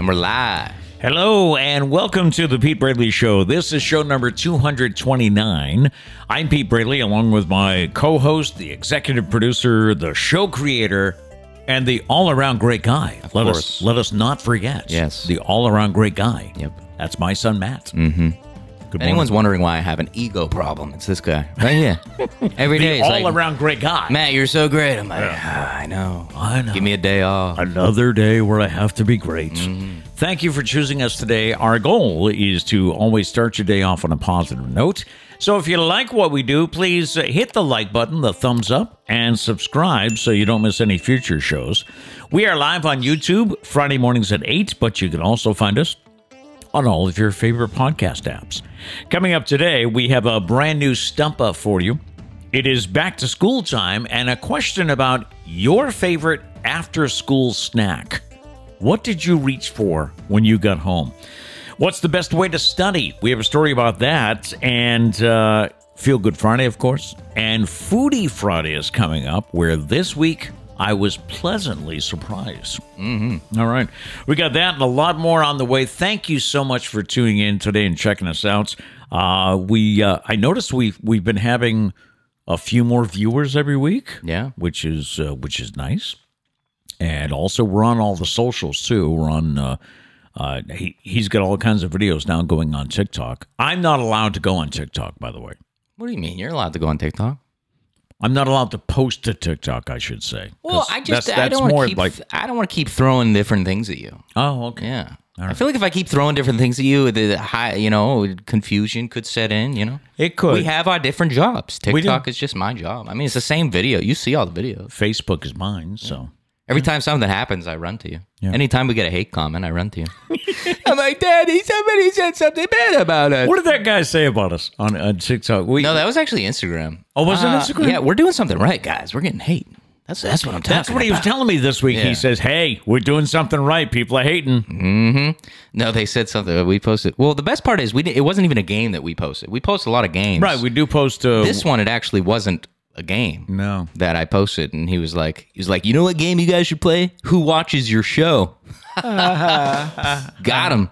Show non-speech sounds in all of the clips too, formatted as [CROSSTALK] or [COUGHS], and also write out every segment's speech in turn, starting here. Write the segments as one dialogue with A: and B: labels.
A: we're live.
B: Hello and welcome to the Pete Bradley Show. This is show number 229. I'm Pete Bradley, along with my co host, the executive producer, the show creator, and the all around great guy. let us
A: course.
B: let us not forget.
A: Yes.
B: The all around great guy.
A: Yep.
B: That's my son Matt. Mm-hmm. Good
A: If anyone's
B: morning.
A: wondering why I have an ego problem, it's this guy right here. Every day,
B: the
A: it's
B: all
A: like,
B: around great guy.
A: Matt, you're so great. I'm like, "Ah, I know.
B: I know.
A: Give me a day off.
B: Another day where I have to be great. Thank you for choosing us today. Our goal is to always start your day off on a positive note. So if you like what we do, please uh, hit the like button, the thumbs up, and subscribe so you don't miss any future shows. We are live on YouTube Friday mornings at 8, but you can also find us on all of your favorite podcast apps. Coming up today, we have a brand new stump up for you. It is back to school time and a question about your favorite after school snack. What did you reach for when you got home? What's the best way to study? We have a story about that. And uh, Feel Good Friday, of course. And Foodie Friday is coming up, where this week I was pleasantly surprised. Mm-hmm. All right. We got that and a lot more on the way. Thank you so much for tuning in today and checking us out. Uh, we uh, I noticed we've we've been having a few more viewers every week.
A: Yeah.
B: Which is uh, which is nice. And also we're on all the socials too. We're on uh, uh, he, he's got all kinds of videos now going on TikTok. I'm not allowed to go on TikTok, by the way.
A: What do you mean? You're allowed to go on TikTok?
B: I'm not allowed to post to TikTok, I should say. 'Cause
A: Well, I just
B: that's-
A: I
B: that's
A: don't
B: more
A: want to keep
B: like
A: I don't want to keep throwing different things at you.
B: oh okay.
A: Yeah. I feel like if I keep throwing different things at you, the high, you know, confusion could set in. You know,
B: It could.
A: We have our different jobs.
B: do.
A: TikTok is just my job. I mean, it's the same video. You see all the videos.
B: Facebook is mine, so.
A: Every time something happens, I run to you. Anytime we get a hate comment, I run to you. [LAUGHS] I'm like, Daddy, somebody said something bad about us.
B: What did that guy say about us on, on TikTok? We,
A: No, that was actually Instagram.
B: Oh, was it Instagram?
A: Yeah, we're doing something right, guys. We're getting hate. That's that's what I'm talking
B: that's what he was
A: about.
B: telling me this week.
A: Yeah.
B: He says, "Hey, we're doing something right. People are hating."
A: No, they said something. We posted. Well, the best part is we. Did, it wasn't even a game that we posted. We post a lot of games.
B: Right? We do post uh,
A: this one, it actually wasn't a game.
B: No.
A: That I posted, and he was like, he was like, you know what game you guys should play? Who watches your [LAUGHS] show? Got him,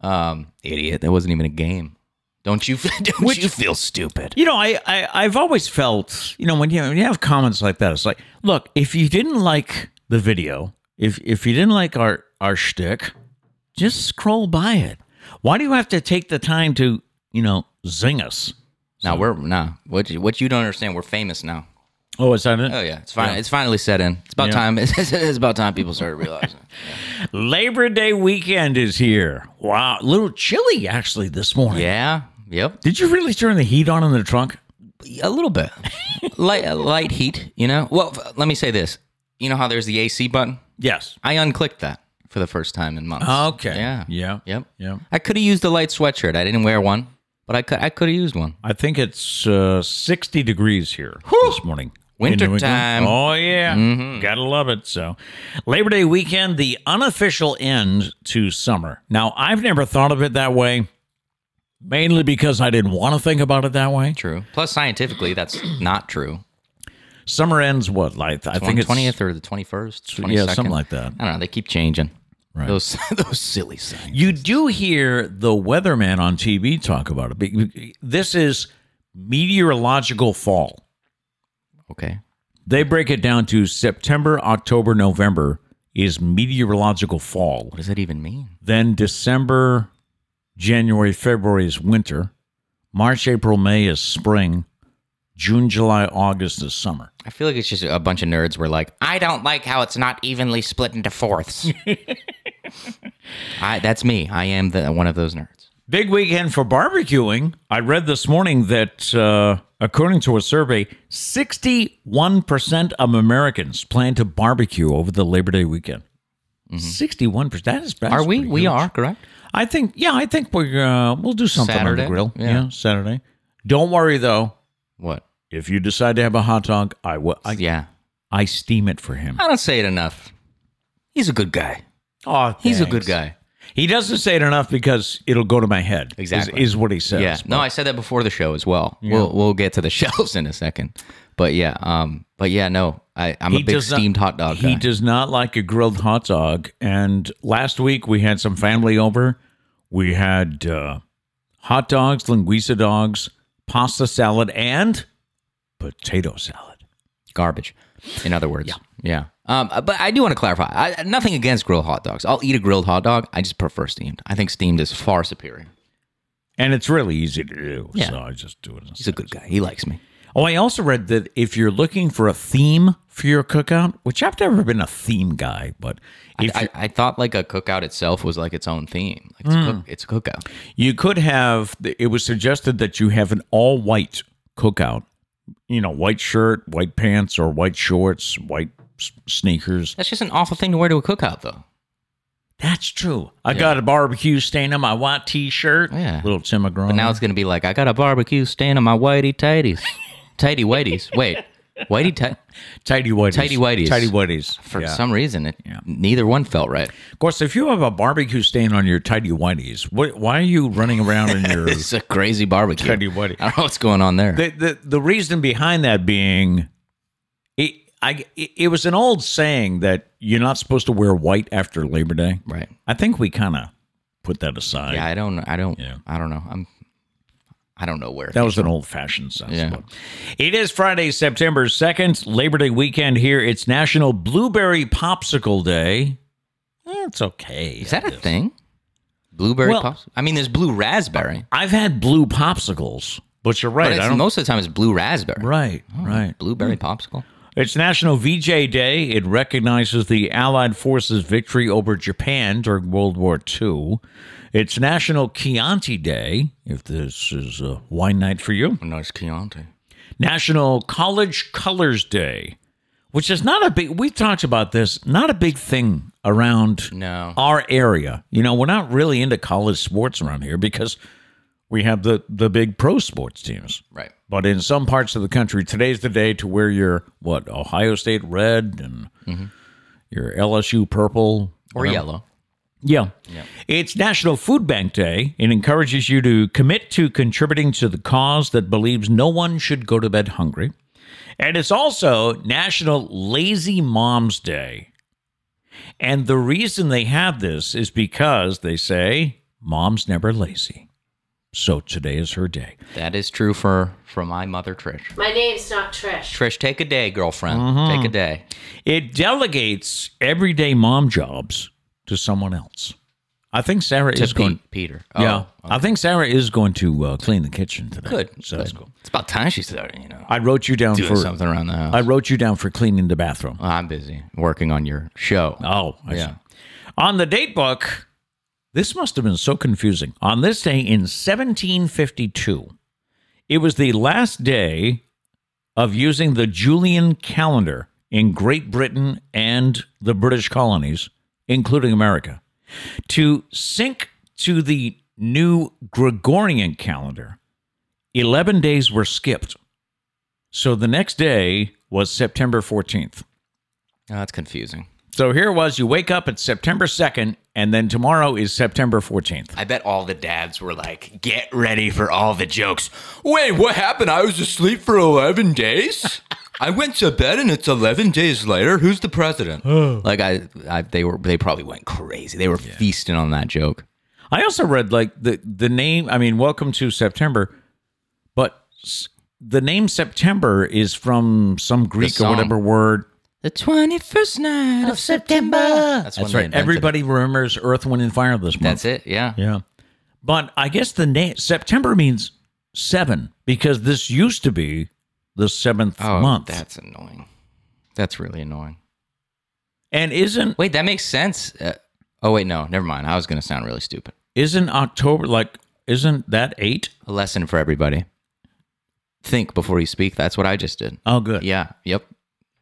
A: um, idiot. That wasn't even a game. Don't you? [LAUGHS] Don't you feel stupid?
B: You know, I, I I've always felt, you know, when you when you have comments like that, it's like, look, if you didn't like the video, if if you didn't like our our shtick, just scroll by it. Why do you have to take the time to, you know, zing us?
A: Now we're nah. What you, what you don't understand? We're famous now.
B: Oh, is that it?
A: Oh yeah, it's fine. It's finally set in. It's about
B: Yeah.
A: time. [LAUGHS] it's about time people started realizing.
B: Labor Day weekend is here. Wow, a little chilly actually this
A: [LAUGHS]
B: morning.
A: yeah. Yep.
B: Did you really turn the heat on in the trunk?
A: A little bit. light a light heat. You know. Well, f- let me say this. You know how there's the AC button?
B: Yes.
A: I unclicked that for the first time in months.
B: Okay.
A: Yeah.
B: Yeah.
A: Yep.
B: Yeah.
A: I could have used a light sweatshirt. I didn't wear one, but I could I could have used one.
B: I think it's uh, 60 degrees here this morning.
A: Winter
B: In New England.
A: time.
B: Oh, yeah. Gotta love it. So, Labor Day weekend, the unofficial end to summer. Now, I've never thought of it that way, mainly because I didn't want to think about it that way.
A: True. Plus, scientifically, that's [CLEARS THROAT] not true.
B: Summer ends what? Like, I think
A: One
B: it's
A: twentieth or the twenty first, twenty
B: Yeah,
A: second,
B: something like that.
A: I don't know. They keep changing. Right. Those [LAUGHS] those silly signs.
B: You do hear the weatherman on TV talk about it. Be- This is meteorological fall.
A: Okay.
B: They break it down to September, October, November is meteorological fall.
A: What does that even mean?
B: Then December, January, February is winter. March, April, May is spring. June, July, August is summer.
A: I feel like it's just a bunch of nerds were like, I don't like how it's not evenly split into
B: [LAUGHS]
A: fourths. I, that's me. I am the, one of those nerds.
B: Big weekend for barbecuing. I read this morning that, uh, according to a survey, 61% of Americans plan to barbecue over the Labor Day weekend. 61%. That is best.
A: Mm-hmm. Are we? We are, correct?
B: I think, yeah, I think we're uh, we'll do something on
A: Saturday?
B: the grill.
A: Yeah.
B: Yeah. Saturday. Don't worry though.
A: What?
B: If you decide to have a hot dog, I will. I,
A: yeah.
B: I steam it for him.
A: I don't say it enough. He's a good guy.
B: Oh,
A: He's a good guy.
B: He doesn't say it enough because it'll go to my head. is-
A: Exactly.
B: is, what he says.
A: Yeah. No, I said that [LAUGHS] before the show as well. We'll we'll get to the shelves in a second. But yeah, um but yeah, no. I, I'm a big
B: does not-
A: steamed hot dog
B: He
A: guy.
B: does not like a grilled hot dog. And last week we had some family over. We had uh, hot dogs, linguiça dogs, pasta salad, and potato salad.
A: Garbage, in other words. Yeah. Um, but I do want to clarify. I, nothing against grilled hot dogs. I'll eat a grilled hot dog. I just prefer steamed. I think steamed is far superior.
B: And it's really easy to do.
A: Yeah.
B: So I just do it.
A: He's a good guy. He likes me.
B: Oh, I also read that if you're looking for a theme for your cookout, which I've never been a theme guy, but if
A: I, I thought like a cookout itself was like its own theme. Like it's,
B: Mm.
A: cook, it's a cookout.
B: You could have, it was suggested that you have an all white cookout. You know, white shirt, white pants, or white shorts, white s- sneakers.
A: That's just an awful thing to wear to a cookout, though.
B: That's true. I got a barbecue stain on my white t shirt.
A: Yeah.
B: Little Tim McGraw.
A: Now it's going to be like, I got a barbecue stain on my whitey tighties. Tighty whiteies. Wait, whitey tight.
B: tidy whities.
A: Tidy whities.
B: Tidy whities.
A: For
B: yeah.
A: some reason, it, neither one felt right.
B: of course, if you have a barbecue stain on your tidy whities, what, why are you running around in
A: [LAUGHS]
B: your
A: It's a crazy barbecue.
B: tidy whities?
A: I don't know what's going on there.
B: the the the reason behind that being it I it, it was an old saying that you're not supposed to wear white after Labor Day.
A: right.
B: I think we kind of put that aside.
A: Yeah, I don't. I don't.
B: Yeah.
A: I don't know. I'm. I don't know where.
B: That was an old fashioned sense.
A: Yeah.
B: but- It is Friday, September 2nd, Labor Day weekend here. It's National Blueberry Popsicle Day. Eh, It's okay.
A: Is that a thing? Blueberry
B: Well-
A: pops. I mean, there's blue raspberry.
B: I've had blue popsicles, but you're
A: But
B: right. I
A: it's, Hmm.
B: don't.
A: most of the time, it's blue raspberry.
B: right, Hmm. right.
A: Blueberry popsicle.
B: It's National VJ Day. It recognizes the Allied forces' victory over Japan during World War II. It's National Chianti Day, if this is a wine night for you.
A: Nice Chianti.
B: National College Colors Day, which is not a big. We talked about this. Not a big thing around
A: No.
B: our area. You know, we're not really into college sports around here because we have the the big pro sports teams.
A: Right.
B: But in some parts of the country, today's the day to wear your what Ohio State red and your LSU purple
A: Or yellow.
B: Yeah. It's National Food Bank Day. It encourages you to commit to contributing to the cause that believes no one should go to bed hungry. And it's also National Lazy Moms Day. And the reason they have this is because they say mom's never lazy. So today is her day.
A: That is true for for my mother, Trish.
C: My name's not Trish.
A: Trish, take a day, girlfriend.
B: Mm-hmm.
A: Take a day.
B: It delegates everyday mom jobs to someone else. I think Sarah
A: To
B: is going.
A: Pete- Peter.
B: yeah,
A: Oh,
B: I think Sarah is going to uh, clean the kitchen today.
A: Good.
B: so
A: good.
B: that's cool.
A: It's about time she started. You know,
B: I wrote you down
A: doing
B: for
A: something around the house.
B: I wrote you down for cleaning the bathroom.
A: I'm busy working on your show.
B: Oh, I see.
A: Yeah.
B: On the date book, this must have been so confusing. On this day in 1752, it was the last day of using the Julian calendar in Great Britain and the British colonies, including America, to sync to the new Gregorian calendar. 11 days were skipped. So the next day was September 14th.
A: Oh, that's confusing.
B: So here it was. You wake up, it's September 2nd, and then tomorrow is September 14th.
A: I bet all the dads were like, "Get ready for all the jokes." Wait, what happened? I was asleep for eleven [LAUGHS] days. I went to bed and it's eleven days later. Who's the president? like I, I, they were, they probably went crazy. They were feasting on that joke.
B: I also read like the, the name, I mean, welcome to September, but s- the name September is from some Greek or
A: song.
B: whatever word.
A: The twenty-first night of September. That's, when
B: That's
A: they
B: right.
A: invented it.
B: Everybody remembers Earth, Wind, and Fire this month.
A: That's it. Yeah.
B: Yeah. But I guess the name September means seven because this used to be the seventh
A: Oh,
B: month.
A: that's annoying. That's really annoying.
B: And isn't
A: Wait, that makes sense. Uh, oh wait, no, never mind. I was gonna sound really stupid.
B: isn't October like isn't that eight?
A: A lesson for everybody. Think before you speak. That's what I just did.
B: Oh, good.
A: Yeah. Yep.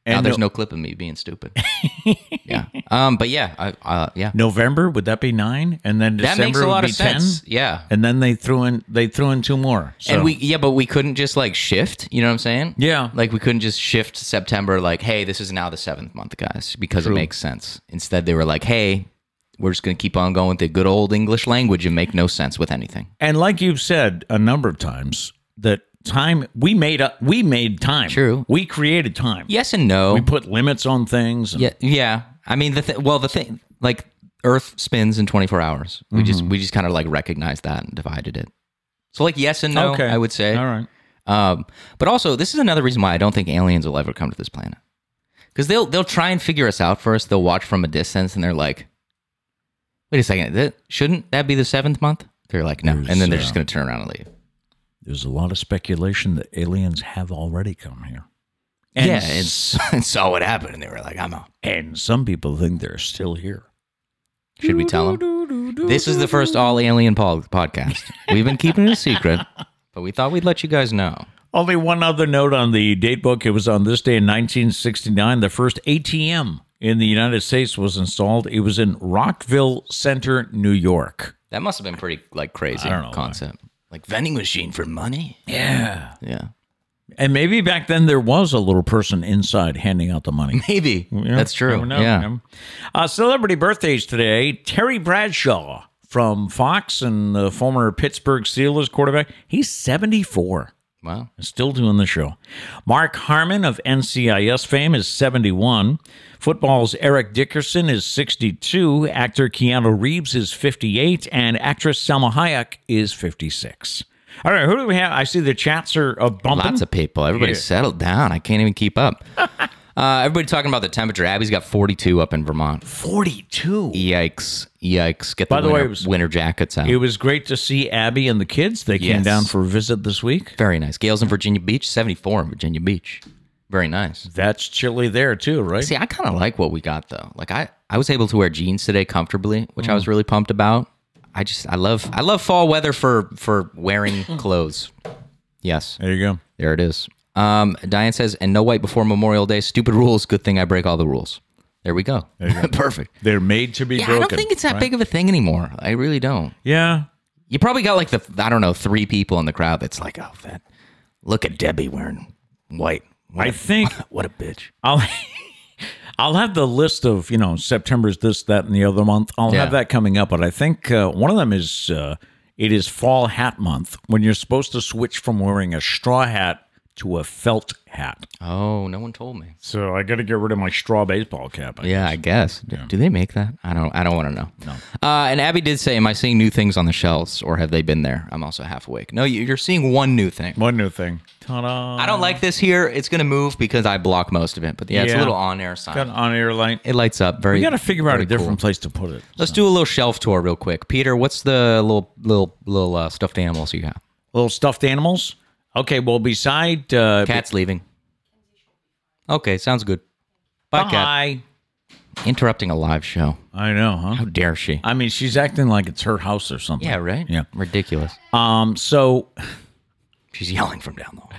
B: And
A: now there's
B: no-
A: no clip of me being stupid.
B: [LAUGHS]
A: yeah. Um. But yeah. I, uh, yeah.
B: November would that be nine, and then
A: That
B: December
A: makes a
B: would
A: lot
B: be
A: of sense.
B: 10?
A: Yeah.
B: And then they threw in they threw in two more. So.
A: And we yeah, but we couldn't just like shift. You know what I'm saying?
B: Yeah.
A: Like we couldn't just shift September. Like, hey, this is now the seventh month, guys, because it makes sense. Instead, they were like, hey, we're just gonna keep on going with the good old English language and make no sense with anything.
B: and like you've said a number of times that time we made up we made time.
A: True.
B: We created time.
A: Yes and no.
B: We put limits on things.
A: yeah, yeah. I mean, the th- well, the thing like Earth spins in 24 hours. We
B: Mm-hmm.
A: just we just kind of like recognized that and divided it. So like yes and no,
B: Okay.
A: I would say.
B: All right.
A: Um, but also, this is another reason why I don't think aliens will ever come to this planet. Because they'll they'll try and figure us out first. They'll watch from a distance and they're like, "Wait a second, that, shouldn't that be the seventh month?" They're like, "No," and then they're just going to turn around and leave.
B: There's a lot of speculation that aliens have already come here. And
A: yeah, and,
B: s-
A: s- [LAUGHS] and saw what happened, and they were like, "I'm out."
B: and some people think they're still here.
A: Should we tell them? This is the first all alien pod- podcast. We've been keeping it a secret, but we thought we'd let you guys know.
B: Only one other note on the date book. It was on this day in 1969, the first ATM in the United States was installed. It was in Rockville Center, New York.
A: That must have been pretty like crazy
B: don't know why.
A: concept, like vending machine for money.
B: Yeah.
A: Yeah,
B: And maybe back then there was a little person inside handing out
A: [LAUGHS]
B: the money.
A: maybe that's true.
B: Never know,
A: yeah.
B: man. Uh, celebrity birthdays today. Terry Bradshaw from Fox and the former Pittsburgh Steelers quarterback. He's 74.
A: Wow.
B: Still doing the show. Mark Harmon of NCIS fame is 71. Football's Eric Dickerson is 62. Actor Keanu Reeves is 58. And actress Selma Hayek is 56. All right, who do we have? I see the chats are uh, bumping.
A: Lots of people. Everybody settled down. I can't even keep
B: [LAUGHS]
A: up. uh, everybody talking about the temperature. Abby's got 42 up in Vermont.
B: 42.
A: E- Yikes. Yikes. Get the,
B: By the way,
A: winter,
B: it was-
A: winter jackets out.
B: It was great to see Abby and the kids. They came
A: Yes.
B: down for a visit this week.
A: Very nice. Gales in Virginia Beach, 74 in Virginia Beach. Very nice.
B: That's chilly there too, right?
A: See, I kind of like what we got though. Like I, I was able to wear jeans today comfortably, which I was really pumped about. I just, I love, I love fall weather for for [LAUGHS] wearing clothes. Yes,
B: There you go.
A: there it is. Um, Diane says, and no white before Memorial Day. Stupid rules. Good thing I break all the rules. There we go. [LAUGHS] Perfect.
B: They're made to be
A: Yeah, I
B: broken.
A: don't think it's that big of a thing anymore. I really don't.
B: yeah.
A: You probably got like the I don't know three people in the crowd that's like, oh, that look at Debbie wearing white. What
B: I
A: a-
B: think
A: [LAUGHS] what a bitch.
B: I'll [LAUGHS] I'll have the list of you know September's this that and the other month. I'll
A: Yeah.
B: have that coming up, but I think uh, one of them is uh, it is Fall Hat Month when you're supposed to switch from wearing a straw hat to a felt hat.
A: Oh, no one told me.
B: So I got to get rid of my straw baseball cap. I
A: Yeah, I guess. Do- Do they make that? I don't. I don't want to know. No. Uh, and Abby did say, "Am I seeing new things on the shelves, or have they been there?" I'm also half awake. No, you- you're seeing one new thing.
B: One new thing. Ta-da!
A: I don't like this here. It's gonna move because I block most of it. But yeah, it's a
B: Yeah.
A: little on-air sign.
B: Got an on-air light.
A: It lights up. Very.
B: We got to figure out
A: very
B: a
A: cool.
B: different place to put it.
A: Let's do a little shelf tour real quick. Peter, what's the little little little uh, stuffed animals you have?
B: Little stuffed animals. Okay, well, beside uh,
A: Cat's leaving. Okay, sounds good. Bye, Cat.
B: bye.
A: Interrupting a live show.
B: I know, huh?
A: How dare she?
B: I mean, she's acting like it's her house or something.
A: yeah, right.
B: Yeah.
A: ridiculous.
B: Um. So,
A: She's yelling from down the hall.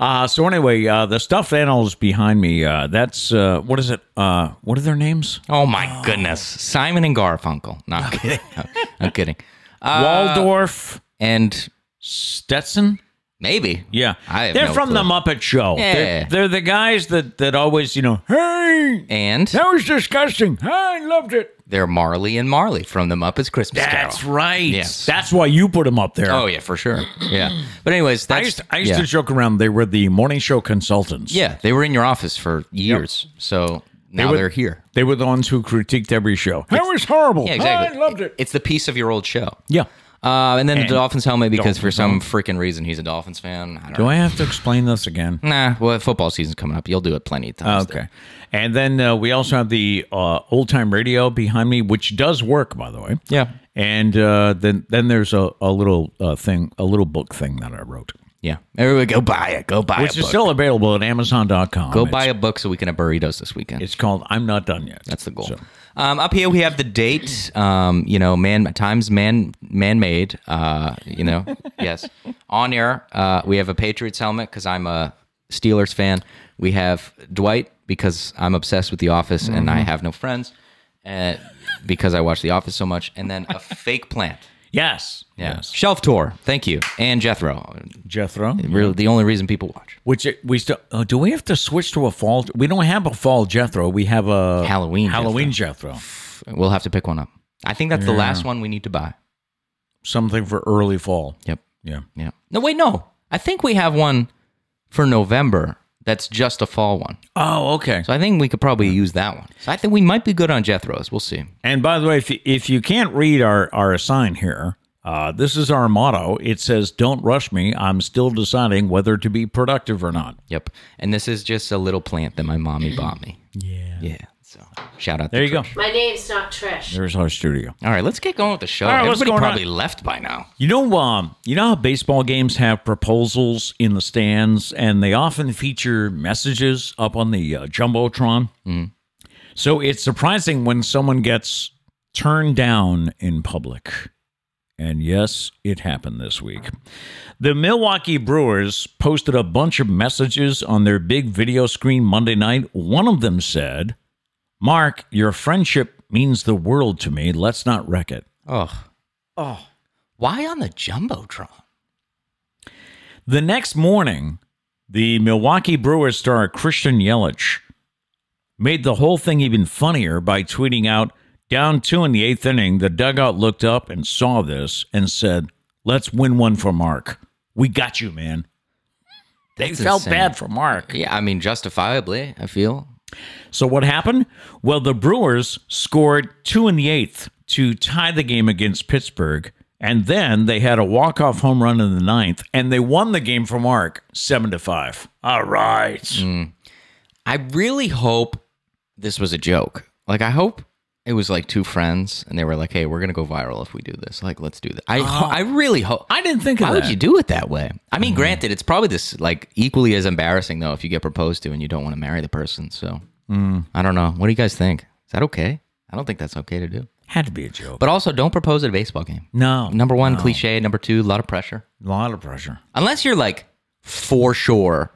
B: uh, so anyway, uh, the stuffed animals behind me. Uh, that's uh, what is it? Uh, what are their names?
A: Oh my goodness. Simon and Garfunkel. Not kidding. No, I'm kidding. Uh,
B: Waldorf
A: And
B: Stetson.
A: maybe.
B: Yeah,
A: I have
B: they're
A: no
B: from
A: clue.
B: the Muppet Show. They're,
A: Yeah.
B: they're the guys that that always, you know, hey,
A: And
B: that was disgusting. I loved it.
A: they're Marley and Marley from the Muppets Christmas
B: That's
A: Carol.
B: right.
A: Yes.
B: That's why you put them up there.
A: Oh yeah, for sure. Yeah. But anyways, that's
B: I used, I used
A: yeah.
B: to joke around. They were the morning show consultants.
A: Yeah, they were in your office for years. So now
B: were-
A: they are here.
B: They were the ones who critiqued every show. That was horrible.
A: Yeah, exactly.
B: I loved it.
A: It's the piece of your old show.
B: Yeah.
A: Uh, and then the Dolphins helmet because for
B: Dolphins
A: some freaking reason he's a Dolphins fan. I don't
B: Do
A: know.
B: I have to explain this again?
A: Nah, well, football season's coming up. You'll do it plenty of times.
B: Oh, Okay. And then uh, we also have the uh, old time radio behind me, which does work, by the way.
A: Yeah.
B: And uh, then then there's a, a little uh, thing, a little book thing that I wrote,
A: Yeah. Everybody go buy it. Go buy
B: which
A: it.
B: is still available at Amazon.com.
A: Go
B: it's,
A: buy a book so we can have burritos this weekend.
B: It's called I'm Not Done Yet.
A: That's the goal.
B: So-
A: Um, up here we have the date. Um, you know, man times man man made. Uh, you
B: [LAUGHS]
A: know, yes. On air, uh, we have a Patriots helmet because I'm a Steelers fan. We have Dwight because I'm obsessed with The Office and
B: Mm-hmm.
A: I have no friends, uh, because I watch The Office so much. And then
B: [LAUGHS]
A: a fake plant.
B: Yes.
A: Yeah.
B: Yes.
A: Shelf tour. Thank you. And Jethro.
B: Jethro.
A: Really, the only reason people watch
B: Which it- we still oh, do we have to switch to a fall? We don't have a fall Jethro. We have a
A: Halloween
B: Halloween Jethro.
A: We'll have to pick one up. I think that's the last one we need to buy.
B: Something for early fall.
A: Yep.
B: Yeah.
A: Yeah. No, wait, no. I think we have one for November that's just a fall one.
B: Oh, okay.
A: So I think we could probably use that one. So I think we might be good on Jethro's. We'll see.
B: And by the way, if you, if you can't read our, our sign here, uh, this is our motto. It says, Don't rush me. I'm still deciding whether to be productive or not.
A: Yep. And this is just a little plant that my
B: [CLEARS THROAT]
A: mommy bought me. Yeah. Yeah. So shout out.
B: There you go.
C: My name's not Trish.
B: There's our studio.
A: All right, let's get going with the show.
B: right, what's
A: Everybody
B: going on?
A: probably left by now.
B: You know, um, you know how baseball games have proposals in the stands, and they often feature messages up on the uh, jumbotron. So it's surprising when someone gets turned down in public. And yes, it happened this week. The Milwaukee Brewers posted a bunch of messages on their big video screen Monday night. One of them said, "Mark, your friendship means the world to me. Let's not wreck it."
A: Ugh. Oh. Why on the jumbotron?
B: The next morning, the Milwaukee Brewers star Christian Yelich made the whole thing even funnier by tweeting out, down two in the eighth inning, the dugout looked up and saw this and said, let's win one for Mark. We got you, man. They
A: That's
B: felt
A: insane.
B: bad for Mark.
A: Yeah, I mean, justifiably, I feel.
B: So what happened? Well, the Brewers scored two in the eighth to tie the game against Pittsburgh, and then they had a walk-off home run in the ninth, and they won the game for Mark seven to five. All right.
A: Mm. I really hope this was a joke. Like, I hope it was like two friends and they were like, hey, we're going to go viral if we do this. Like, let's do this.
B: Oh.
A: I, ho- I really hope.
B: I didn't think of
A: Why
B: that.
A: would you do it that way? I
B: Mm-hmm.
A: mean, granted, it's probably this like equally as embarrassing though if you get proposed to and you don't want to marry the person. So
B: Mm.
A: I don't know. What do you guys think? Is that okay? I don't think that's okay to do.
B: Had to be a joke.
A: But also, don't propose at a baseball game.
B: no,
A: Number one, cliche. Number two, a lot of pressure.
B: a lot of pressure.
A: Unless you're like for sure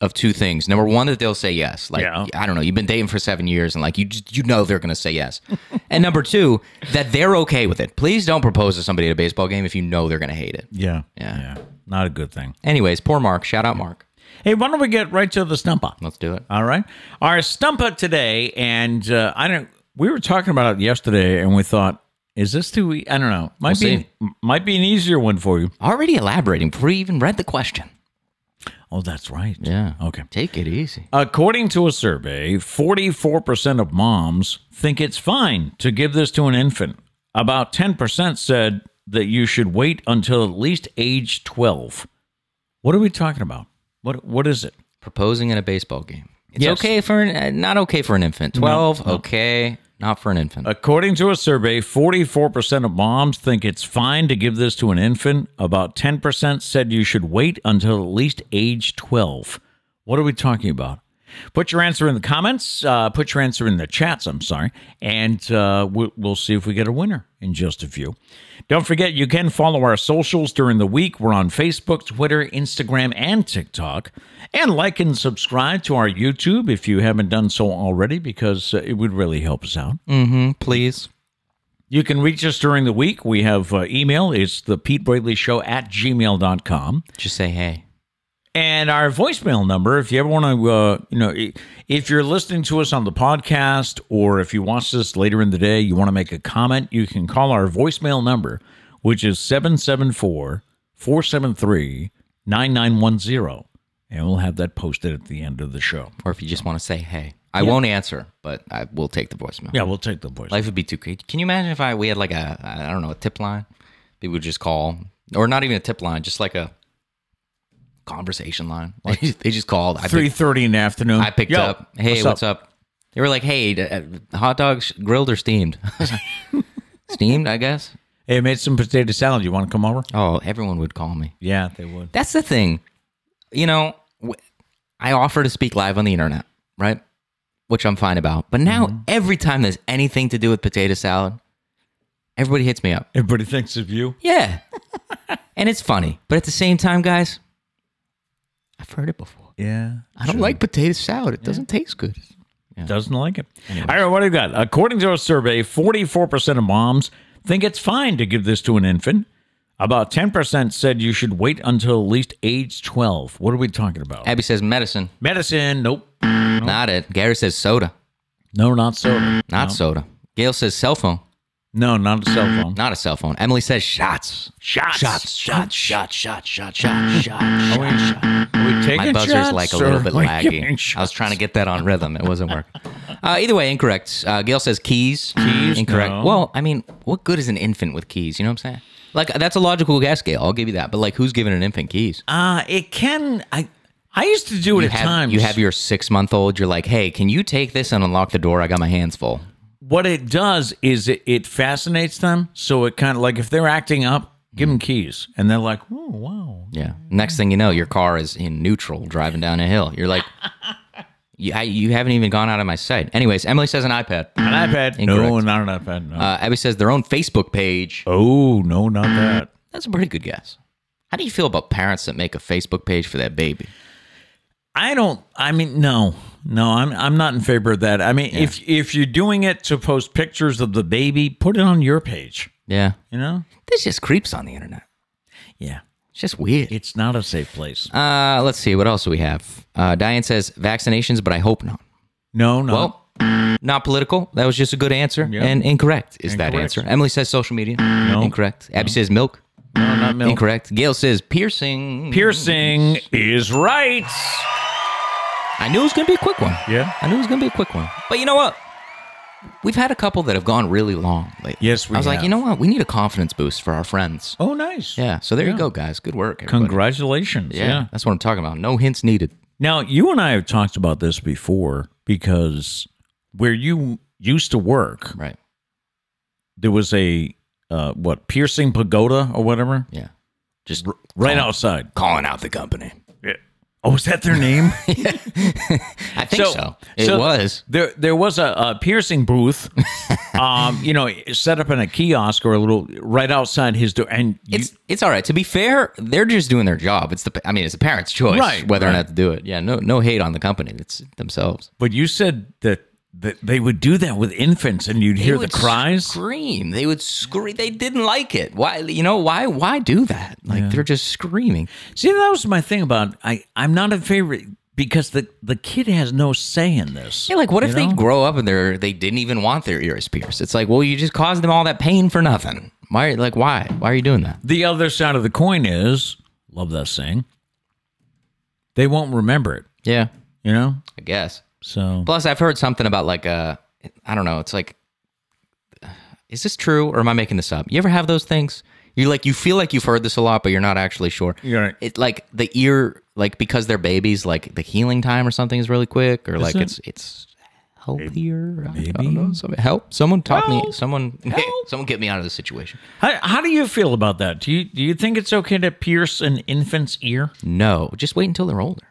A: of two things. Number one, that they'll say yes. Like,
B: Yeah.
A: I don't know, you've been dating for seven years and like you just, you know they're going to say yes. [LAUGHS] and number two, that they're okay with it. Please don't propose to somebody at a baseball game if you know they're going to hate it.
B: Yeah,
A: Yeah.
B: yeah. Not a good thing.
A: Anyways, poor Mark. Shout out, Mark.
B: Hey, why don't we get right to the stump up?
A: Let's do it.
B: All right. Our stumpa today, and uh, I don't. We were talking about it yesterday, and we thought, is this too? e- I don't know. Might
A: We'll
B: be might be an easier one for you.
A: Already elaborating before you even read the question.
B: Oh, that's right.
A: Yeah.
B: Okay.
A: Take it easy.
B: According to a survey, 44% of moms think it's fine to give this to an infant. About 10% said that you should wait until at least age 12. What are we talking about? What what is it?
A: Proposing in a baseball game. It's
B: Yes.
A: okay for an, uh, not okay for an infant. 12, okay, not for an infant.
B: According to a survey, 44% of moms think it's fine to give this to an infant. About 10% said you should wait until at least age 12. What are we talking about? Put your answer in the comments. Uh, put your answer in the chats, I'm sorry. And uh, we'll, we'll see if we get a winner in just a few. Don't forget, you can follow our socials during the week. We're on Facebook, Twitter, Instagram, and TikTok. And like and subscribe to our YouTube if you haven't done so already, because uh, it would really help us out.
A: Mm, Please.
B: You can reach us during the week. We have uh, email. It's the Pete Bradley Show at gmail.com.
A: Just say hey.
B: And our voicemail number, if you ever want to, uh, you know, i- if you're listening to us on the podcast or if you watch this later in the day, you want to make a comment, you can call our voicemail number, which is 774 473 9910. And we'll have that posted at the end of the show.
A: Or if you just want to say hey. I won't answer, but I will take the voicemail.
B: Yeah, we'll take the voicemail.
A: Life would be too great. Can you imagine if I we had like a I don't know, a tip line? People would just call. Or not even a tip line, just like a conversation line. Like they just called. I picked-
B: 3.30 in the afternoon.
A: I picked
B: Yo,
A: up. Hey, what's, up? They were like, "Hey, d- uh, hot dogs grilled or steamed?" [LAUGHS] steamed, I guess.
B: Hey, made some potato salad. You want to come over?
A: Oh, everyone would call me.
B: Yeah, they would.
A: That's the thing. You know, w- I offer to speak live on the internet, right? Which I'm fine about. But now every time there's anything to do with potato salad, everybody hits me up.
B: Everybody thinks of you.
A: Yeah. [LAUGHS] and it's funny. But at the same time, guys, I've heard it before.
B: Yeah.
A: I don't like potato salad. It doesn't taste good.
B: Doesn't like it. All right, what do you got? According to a survey, 44% of moms think it's fine to give this to an infant. About 10% said you should wait until at least age 12. What are we talking about?
A: Abby says medicine.
B: Medicine. Nope.
A: Not it. Gary says soda.
B: No, not soda.
A: Not soda. Gail says cell phone.
B: No, not a cell phone.
A: Not a cell phone. Emily says shots.
B: Shots.
A: Shots. Shots. Shots. Shots. Shots. [LAUGHS] Shots. Shots.
B: Are we, are we taking
A: My buzzer's
B: shots,
A: like a
B: or [LAUGHS]
A: little bit
B: are we giving
A: laggy. I was
B: shots?
A: trying to get that on rhythm. It wasn't working. [LAUGHS] Uh, either way, incorrect. Uh, Gail says keys.
B: [CLEARS THROAT] Keys,
A: Incorrect.
B: no.
A: Well, I mean, what good is an infant with keys? You know what I'm saying? Like, that's a logical guess, Gail. I'll give you that. But, like, who's giving an infant keys?
B: Uh, it can. I I used to do it
A: You
B: at
A: have,
B: times.
A: you have your six month old. You're like, hey, can you take this and unlock the door? I got my hands full.
B: what it does is it, it fascinates them. So it kind of like if they're acting up, give them keys, and they're like, "Oh wow,
A: Yeah. Next thing you know, your car is in neutral driving down a hill. You're like, [LAUGHS] you, I, you haven't even gone out of my sight. Anyways, Emily says an iPad.
B: an iPad? No,
A: Mm-hmm. Incorrect.
B: not an iPad. No.
A: Uh, Abby says their own Facebook page.
B: oh no, not that.
A: That's a pretty good guess. How do you feel about parents that make a Facebook page for their baby?
B: I don't. I mean, no, no. I'm I'm not in favor of that. I mean, if if you're doing it to post pictures of the baby, put it on your page.
A: Yeah.
B: You know?
A: This just creeps on the internet.
B: Yeah.
A: It's just weird.
B: It's not a safe place.
A: Uh, let's see. What else do we have? Uh, Diane says vaccinations, but I hope not.
B: No, no.
A: Well, not political. That was just a good answer.
B: Yeah.
A: And incorrect is that
B: Incorrect.
A: answer. Emily says social media. Incorrect. Abby says milk.
B: no, not milk.
A: Incorrect. Gail says piercing.
B: Piercing is right.
A: I knew it was going to be a quick one.
B: Yeah.
A: I knew it was going to be a quick one. But you know what? We've had a couple that have gone really long lately.
B: Yes, we
A: I was like,
B: have.
A: you know what? We need a confidence boost for our friends.
B: Oh, nice.
A: Yeah. So there you go, guys. Good work. everybody.
B: Congratulations.
A: Yeah, That's what I'm talking about. No hints needed.
B: Now, you and I have talked about this before because where you used to work,
A: Right.
B: there was a uh, what piercing pagoda or whatever
A: Yeah. Just
B: right
A: Oh.
B: outside.
A: calling out the company.
B: Oh, is that their [LAUGHS] name?
A: I think so. It
B: so
A: was.
B: there. There was a, a piercing booth,
A: [LAUGHS]
B: um, you know, set up in a kiosk or a little right outside his door, and you,
A: It's it's all right. To be fair, they're just doing their job. It's the I mean, it's the parents' choice
B: Right,
A: whether or
B: right.
A: not to do it. Yeah. No no hate on the company. It's themselves.
B: but you said that that they would do that with infants, and you'd
A: They
B: hear the
A: would
B: cries.
A: Scream. They would scream. They didn't like it. Why? You know why? Why do that? Like they're just screaming.
B: See, that was my thing about I. I'm not in favor because the the kid has no say in this.
A: Yeah, like what if
B: you
A: they
B: know?
A: grow up and they they didn't even want their ears pierced? It's like, well, you just caused them all that pain for nothing. Why? Like why? Why are you doing that?
B: The other side of the coin is love that saying. They won't remember it,
A: Yeah,
B: you know.
A: I guess.
B: So
A: Plus, I've heard something about like uh, I don't know. It's like, is this true or am I making this up? You ever have those things? You like you feel like you've heard this a lot, but you're not actually sure.
B: You're right.
A: It like the ear, like because they're babies, like the healing time or something is really quick, or like
B: it?
A: it's it's healthier. Maybe. I don't know. Some- help someone talk me. Someone [LAUGHS] someone get me out of this situation.
B: how, how do you feel about that? Do you do you think it's okay to pierce an infant's ear?
A: No, just wait until they're older.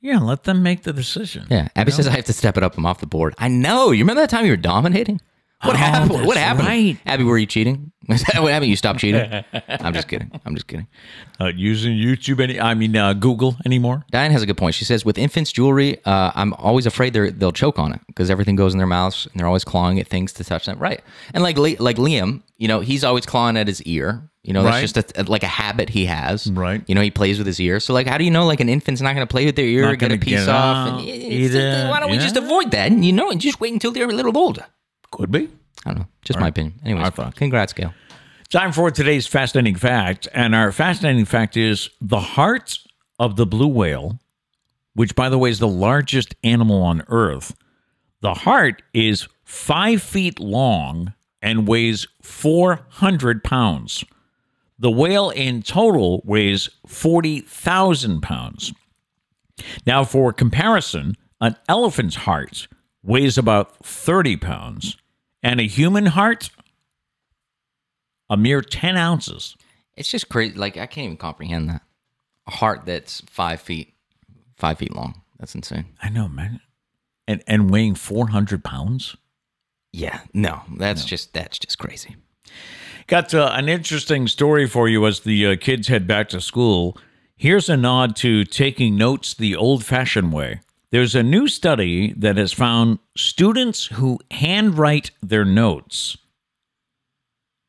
B: Yeah, let them make the decision.
A: Yeah. Abby says I have to step it up. I'm off the board. I know. You remember that time you were dominating? What
B: Oh,
A: happened?
B: that's
A: What happened?
B: right.
A: Abby, were you cheating? [LAUGHS] Is that what happened? You stopped
B: [LAUGHS]
A: cheating? I'm just kidding. I'm just kidding.
B: Uh, using YouTube any? I mean uh, Google anymore?
A: Diane has a good point. She says with infants' jewelry, uh, I'm always afraid they're, they'll choke on it because everything goes in their mouths and they're always clawing at things to touch them. Right. And like Le- like Liam, you know, he's always clawing at his ear. You know, that's
B: Right.
A: just a, like a habit he has.
B: Right.
A: You know, he plays with his ear. So like, how do you know like an infant's not going to play with their ear
B: Not
A: or get a
B: gonna get
A: piece
B: it
A: off?
B: out,
A: And-
B: eat it,
A: why don't we
B: yeah.
A: just avoid that? And you know, and just wait until they're a little older.
B: Could be.
A: I don't know. Just my opinion. Anyways,
B: Our thoughts.
A: congrats, Gail.
B: Time for today's fascinating fact. And our fascinating fact is the heart of the blue whale, which, by the way, is the largest animal on Earth, the heart is five feet long and weighs 400 pounds. The whale in total weighs 40,000 pounds. Now, for comparison, an elephant's heart weighs about 30 pounds, and a human heart, a mere 10 ounces.
A: It's just crazy. Like I can't even comprehend that. A heart that's five feet, five feet long. That's insane.
B: I know, man. And, and weighing 400 pounds?
A: Yeah. No, that's just that's just crazy.
B: Got uh, an interesting story for you as the uh, kids head back to school. Here's a nod to taking notes the old fashioned way. There's a new study that has found students who handwrite their notes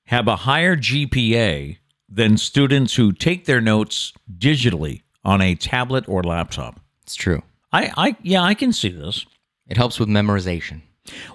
B: have a higher GPA than students who take their notes digitally on a tablet or laptop.
A: It's true.
B: I, I yeah, I can see this.
A: It helps with memorization.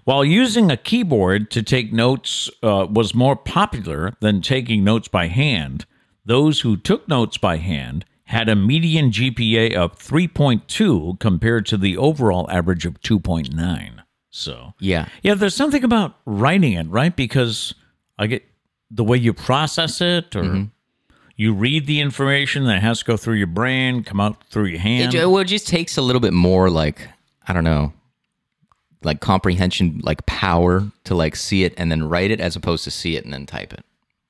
B: While using a keyboard to take notes uh, was more popular than taking notes by hand, those who took notes by hand had a median GPA of 3.2 compared to the overall average of 2.9. So,
A: Yeah.
B: yeah, there's something about writing it, right? Because I get the way you process it or
A: Mm-hmm.
B: you read the information that has to go through your brain, come out through your
A: It,
B: hand.
A: ju- well, it just takes a little bit more like I don't know, like comprehension, like power to like see it and then write it as opposed to see it and then type it.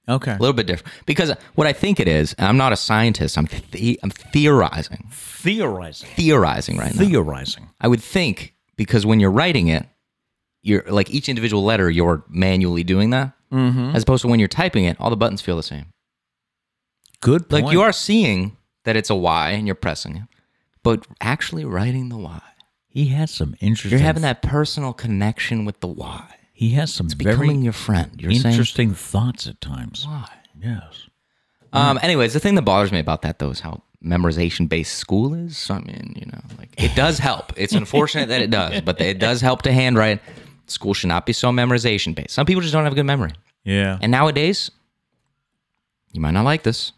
B: okay.
A: A little bit different because what I think it is, and I'm not a scientist. I'm the- I'm theorizing,
B: Theorizing.
A: theorizing right now.
B: Theorizing.
A: I would think because when you're writing it, you're like each individual letter, you're manually doing that, mm-hmm. as opposed to when you're typing it, all the buttons feel the same.
B: Good
A: Like
B: point.
A: you are seeing that it's a Y and you're pressing it, but actually writing the Y.
B: He has some interesting.
A: You're having that personal connection with the Y.
B: He has some
A: Becoming
B: very
A: your friend. You're saying
B: interesting thoughts at times.
A: why.
B: Yes.
A: Um, anyways, the thing that bothers me about that though is how memorization based school is. So, I mean, you know, like it does help. It's unfortunate that it does, but it does help to handwrite. School should not be so memorization based. Some people just don't have good memory.
B: Yeah.
A: And nowadays, you might not like this.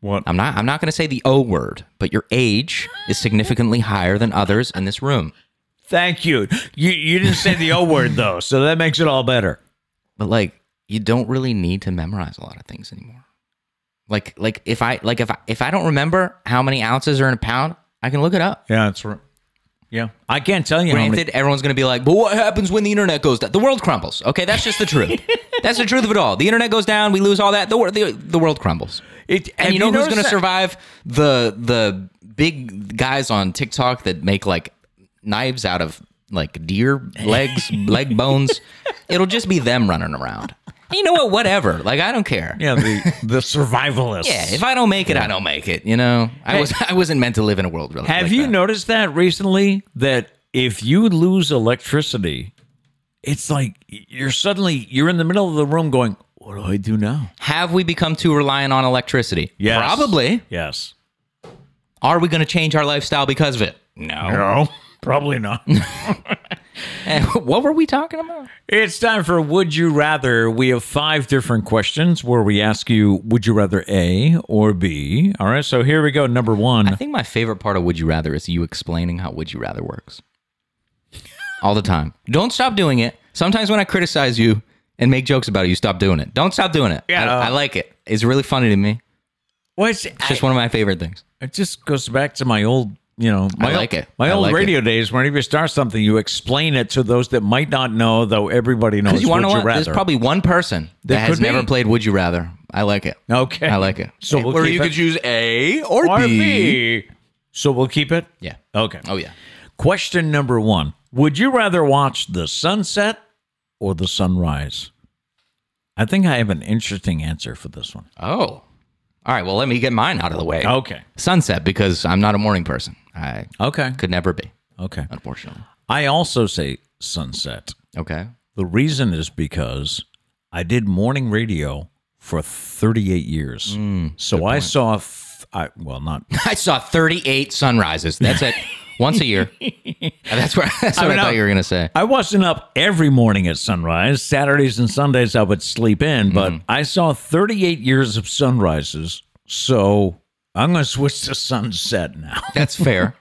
B: what?
A: I'm not I'm not gonna say the O word, but your age is significantly higher than others in this room.
B: Thank you. You you didn't say the O [LAUGHS] word though, so that makes it all better.
A: but like you don't really need to memorize a lot of things anymore like like if i like if i if i don't remember how many ounces are in a pound i can look it up
B: Yeah, that's right. Yeah, I can't tell you. how many-
A: granted everyone's gonna be like but what happens when the internet goes down the world crumbles okay that's just the
B: [LAUGHS]
A: truth that's the truth of it all the internet goes down we lose all that the, wor- the, the world crumbles
B: It- have
A: and you know who's
B: noticed
A: gonna
B: that-
A: survive the the big guys on tiktok that make like knives out of like deer
B: [LAUGHS]
A: legs leg bones it'll just be them running around And you know what whatever like i don't care
B: Yeah, the [LAUGHS] the survivalists.
A: Yeah, if I don't make it, I don't make it. You know, I was I wasn't meant to live in a world really.
B: Have
A: like
B: you
A: that.
B: noticed that recently? That if you lose electricity, it's like you're suddenly you're in the middle of the room going, "What do I do now?"
A: Have we become too reliant on electricity?
B: Yes.
A: Probably.
B: Yes.
A: Are we going to change our lifestyle because of it? No.
B: No, [LAUGHS] probably not.
A: Eh, [LAUGHS] what were we talking about?
B: It's time for Would You Rather. We have five different questions where we ask you, Would you rather A or B? All right, so here we go. Number
A: I
B: one.
A: think my favorite part of Would You Rather is you explaining how Would You Rather works. All the time. Don't stop doing it. Sometimes when I criticize you and make jokes about it, you stop doing it. Don't stop doing it.
B: Yeah.
A: I, I like it. It's really funny to me.
B: Well, it's,
A: It's just one of my favorite things.
B: it just goes back to my old, you know, my
A: like
B: old,
A: it.
B: My
A: I
B: old
A: like
B: radio days. Whenever you start something, you explain it to those that might not know, though everybody knows.
A: Because you
B: would
A: want to know
B: you
A: what? There's
B: rather?
A: probably one person that,
B: There
A: has
B: could be.
A: never played Would You Rather. I like it.
B: okay.
A: I like it.
B: So we'll keep it.
A: choose A or,
B: Or B. So we'll keep it.
A: Yeah.
B: Okay.
A: Oh yeah.
B: Question number one Would you rather watch the sunset or the sunrise? I think I have an interesting answer for this one.
A: Oh. All right. Well, let me get mine out of the way.
B: Okay.
A: Sunset because I'm not a morning person. I
B: Okay.
A: could never be,
B: Okay.
A: unfortunately.
B: I also say sunset.
A: Okay. [LAUGHS]
B: The reason is because I did morning radio for 38 years. so I saw, th- I, well, not,
A: I saw 38 sunrises. That's it. Once a
B: [LAUGHS]
A: year. That's where that's what [LAUGHS] I,
B: mean,
A: thought
B: I-
A: you were gonna say.
B: I wasn't up every morning at sunrise. Saturdays and Sundays I would sleep in, but
A: Mm-hmm.
B: I saw 38 years of sunrises. So I'm going to switch to sunset now. [LAUGHS]
A: That's fair.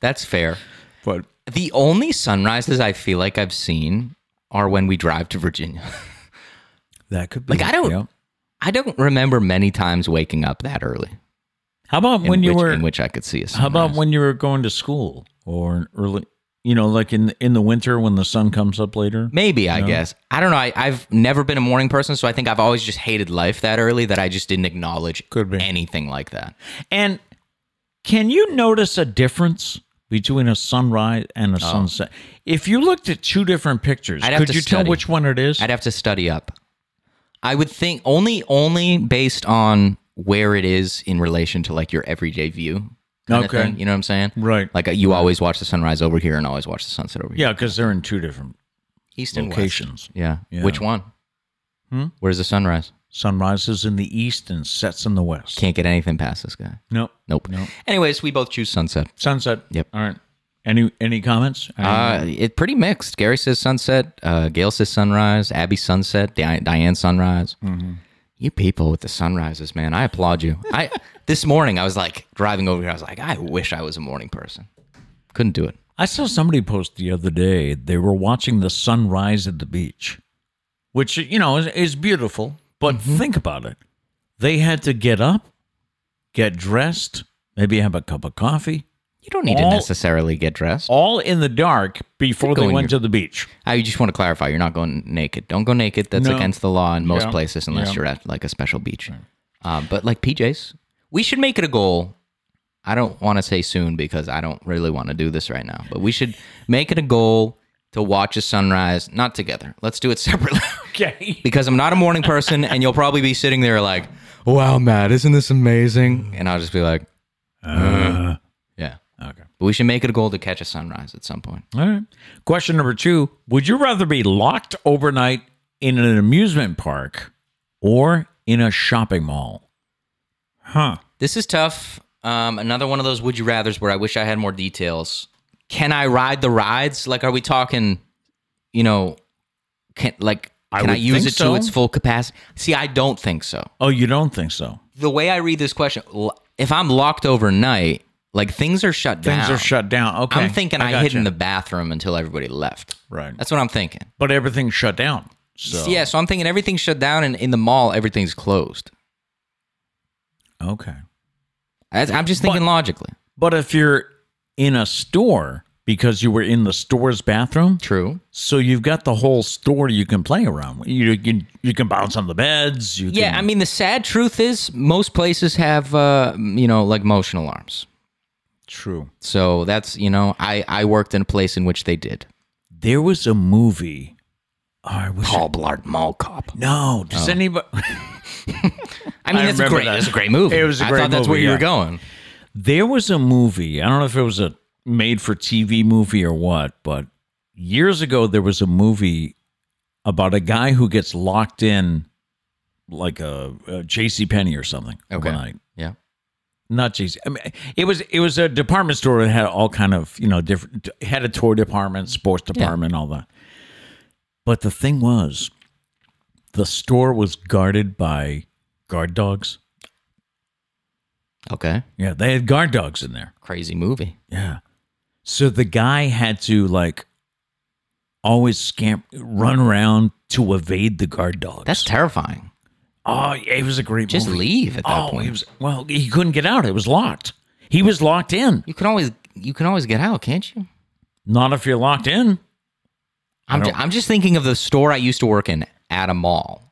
A: that's fair.
B: But
A: The only sunrises I feel like I've seen are when we drive to Virginia. [LAUGHS]
B: that could be.
A: Like, I don't- I don't remember many times waking up that early.
B: How about
A: in
B: when you
A: which-
B: were?
A: in which I could see a sunrise.
B: how about when you were going to school or an early? You know, like in in the winter when the sun comes up later.
A: Maybe, I guess. I don't know. I, I've never been a morning person, so I think I've always just hated life that early that I just didn't acknowledge
B: Could be.
A: anything like that.
B: And can you notice a difference between a sunrise and a sunset? If you looked at two different pictures,
A: Oh. I'd have
B: could
A: to
B: you
A: study.
B: tell which one it is?
A: I'd have to study up. I would think only only based on where it is in relation to like your everyday view. kind of
B: Okay.
A: thing, you know what I'm saying?
B: Right.
A: Like uh, you always watch the sunrise over here and always watch the sunset over here.
B: yeah, because they're in two different
A: East and west.
B: locations.
A: Yeah.
B: Yeah. Hmm?
A: Which one? Where's the sunrise?
B: Sunrises in the east and sets in the west.
A: Can't get anything past this guy.
B: Nope.
A: Nope.
B: Nope.
A: Anyways, we both choose sunset.
B: Sunset.
A: Yep.
B: All right. Any any comments? Any-
A: Uh, it pretty mixed. Gary says sunset. Uh, Gail says sunrise. Abby sunset. Di- Diane sunrise. You people with the sunrises, man. I applaud you. I this morning I was like driving over here. I was like, I wish I was a morning person. Couldn't do it.
B: I saw somebody post the other day they were watching the sunrise at the beach, which you know is, is beautiful. But
A: Mm-hmm.
B: think about it: they had to get up, get dressed, maybe have a cup of coffee,
A: You don't need
B: All-
A: to necessarily get dressed.
B: all in the dark before
A: go
B: they
A: in
B: went to the
A: [LAUGHS]
B: beach.
A: I Ah, just want to clarify. You're not going naked. Don't go naked. That's
B: No.
A: against the law in most
B: Yeah.
A: places unless
B: Yeah.
A: you're at like a special beach. Um, but like PJs, we should make it a goal. I don't want to say soon because I don't really want to do this right now. But we should make it a goal to watch a sunrise, not together. Let's do it [LAUGHS] separately
B: Okay.
A: because I'm not a morning person, and you'll probably be sitting there like, "Wow, Matt, isn't this amazing?" And I'll just be like, "Uh, "Yeah."
B: Okay.
A: But we should make it a goal to catch a sunrise at some point.
B: All right. Question number two Would you rather be locked overnight in an amusement park or in a shopping mall? Huh.
A: This is tough. Um, another one of those would you rather's where I wish I had more details. Can I ride the rides? Like, are we talking, you know, can, like,
B: I
A: can I,
B: would
A: use
B: think
A: it
B: so.
A: to its full capacity? See, I don't think so.
B: Oh, you don't think so?
A: The way I read this question, l- if I'm locked overnight, like things are shut down.
B: Things are shut down. Okay.
A: I'm thinking I,
B: got
A: hid
B: you.
A: in the bathroom until everybody left.
B: Right.
A: That's what I'm thinking.
B: But everything's shut down. So.
A: Yeah, so I'm thinking everything's shut down, and in the mall, everything's closed.
B: Okay.
A: That's, I'm just thinking logically.
B: But if you're in a store because you were in the store's bathroom,
A: True.
B: so you've got the whole store you can play around with. You can you can bounce on the beds. You
A: Yeah,
B: can,
A: I mean the sad truth is most places have uh, you know like motion alarms.
B: true.
A: So that's you know I I worked in a place in which they did.
B: There was a movie. Oh, I wish I-
A: Paul Blart Mall Cop.
B: No,
A: Oh.
B: does anybody?
A: I mean
B: I
A: that's a
B: remember
A: great
B: that.
A: that's a great movie.
B: It was a
A: I
B: great
A: thought that's where
B: movie,
A: you
B: yeah.
A: were going.
B: There was a movie. I don't know if it was a made-for-TV movie or what, but years ago there was a movie about a guy who gets locked in, like a, a J.C. Penney or something.
A: Okay.
B: overnight.
A: Yeah.
B: not J.C. I mean, it was it was a department store that had all kind of you know different had a toy department, sports department, all that. But the thing was, the store was guarded by guard dogs.
A: Okay.
B: Yeah, they had guard dogs in there.
A: Crazy movie.
B: Yeah. So the guy had to like always scamp, run around to evade the guard dogs.
A: That's terrifying.
B: oh, it was a great
A: Just
B: movie.
A: leave at that
B: oh,
A: point.
B: he was well, he couldn't get out. It was locked. He was locked in.
A: you can always you can always get out, can't you?
B: Not if you're locked in.
A: I'm
B: don't-
A: ju- I'm just thinking of the store I used to work in at a mall.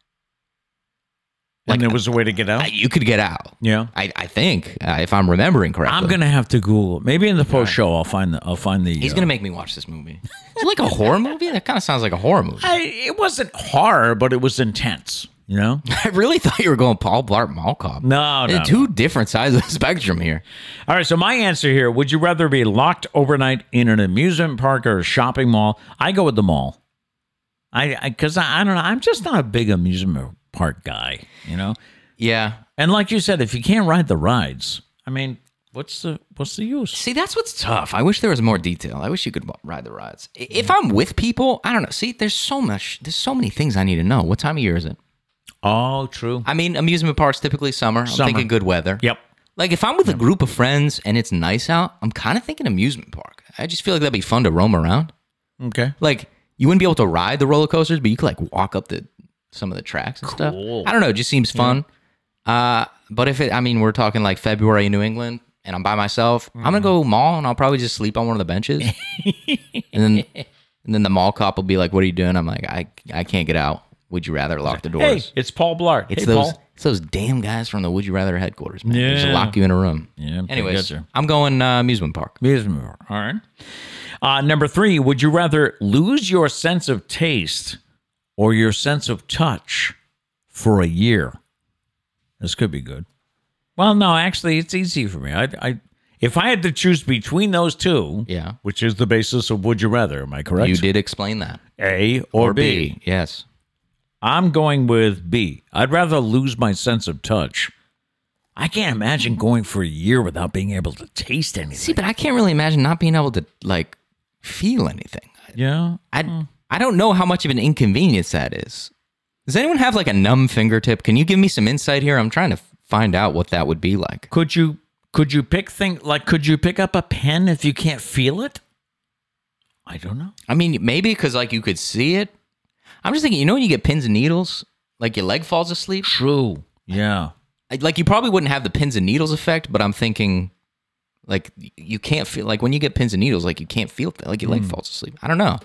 B: Like, and there was a way to get out.
A: I- You could get out.
B: yeah.
A: I, I think uh, if I'm remembering correctly.
B: I'm gonna have to Google. it. Maybe in the post show, I'll find the. I'll find the.
A: He's
B: uh,
A: gonna make me watch this movie. Is it like a horror movie? That kind of sounds like a horror
B: [LAUGHS]
A: movie.
B: uh, I, it wasn't horror, but it was intense. You
A: [LAUGHS]
B: know.
A: I really thought you were going Paul Blart Mall Cop.
B: No, no,
A: They're two different sides of the spectrum here.
B: All right, so my answer here would you rather be locked overnight in an amusement park or a shopping mall? I go with the mall. I because I, I, don't know, I'm just not a big amusement park guy, you know.
A: Yeah.
B: And like you said, if you can't ride the rides, I mean, what's the what's the use?
A: See, that's what's tough. I wish there was more detail. I wish you could wa- ride the rides. I- If I'm with people, I don't know. See, there's so much. There's so many things I need to know. What time of year is it?
B: Oh, true.
A: I mean, amusement parks typically summer. I'm
B: Summer.
A: thinking good weather.
B: Yep.
A: Like if I'm with a group of friends and it's nice out, I'm kind of thinking amusement park. I just feel like that'd be fun to roam around.
B: Okay.
A: like you wouldn't be able to ride the roller coasters, but you could like walk up the some of the tracks and
B: Cool.
A: stuff. I don't know, it just seems fun. Uh, but if it, I mean, we're talking like February in New England, and I'm by myself, I'm gonna go mall, and I'll probably just sleep on one of the benches,
B: [LAUGHS]
A: and then and then the mall cop will be like, "What are you doing?" I'm like, "I I can't get out. Would you rather lock the
B: Hey,
A: doors?"
B: it's Paul Blart.
A: it's
B: hey,
A: those
B: Paul.
A: it's those damn guys from the Would You Rather headquarters, man. They just
B: Yeah.
A: lock you in a room.
B: Yeah, they
A: Anyways,
B: getcha.
A: I'm going uh, amusement park.
B: Amusement park. All right. Uh, number three, would you rather lose your sense of taste or your sense of touch for a year? This could be good. Well, no, actually, it's easy for me. I, I, if I had to choose between those two,
A: Yeah.
B: which is the basis of would you rather? Am I correct?
A: You did explain that.
B: A or, B.
A: B, yes.
B: I'm going with B. I'd rather lose my sense of touch I can't imagine going for a year without being able to taste anything.
A: See, but I can't really imagine not being able to like feel anything.
B: Yeah.
A: I I don't know how much of an inconvenience that is. Does anyone have like a numb fingertip? Can you give me some insight here? I'm trying to find out what that would be like.
B: Could you could you pick thing like could you pick up a pen if you can't feel it? I don't know.
A: I mean, maybe because like you could see it. I'm just thinking, you know, when you get pins and needles, like your leg falls asleep.
B: True. Yeah.
A: I- Like you probably wouldn't have the pins and needles effect, but I'm thinking, like y- you can't feel like when you get pins and needles, like you can't feel th- like your
B: Hmm.
A: leg falls asleep. I don't know.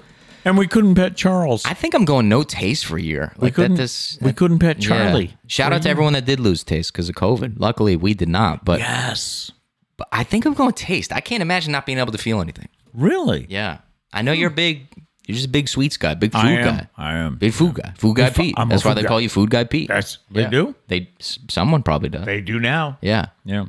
B: And we couldn't pet Charles.
A: I think I'm going no taste for a year. Like that.
B: couldn't-
A: This
B: we couldn't pet
A: Yeah.
B: Charlie.
A: Shout out to everyone that did lose taste because of COVID. Luckily, we did not. But,
B: yes.
A: but I think I'm going taste. I can't imagine not being able to feel anything.
B: Really?
A: Yeah, I know you're a big. You're just a big sweets guy, big food
B: I am.
A: guy,
B: I am.
A: big food guy, food guy
B: fu-
A: Pete.
B: I'm a
A: That's why
B: food
A: they
B: guy.
A: call you food guy Pete.
B: That's they
A: Yeah.
B: do.
A: They s- someone probably does.
B: They do now.
A: yeah.
B: Yeah.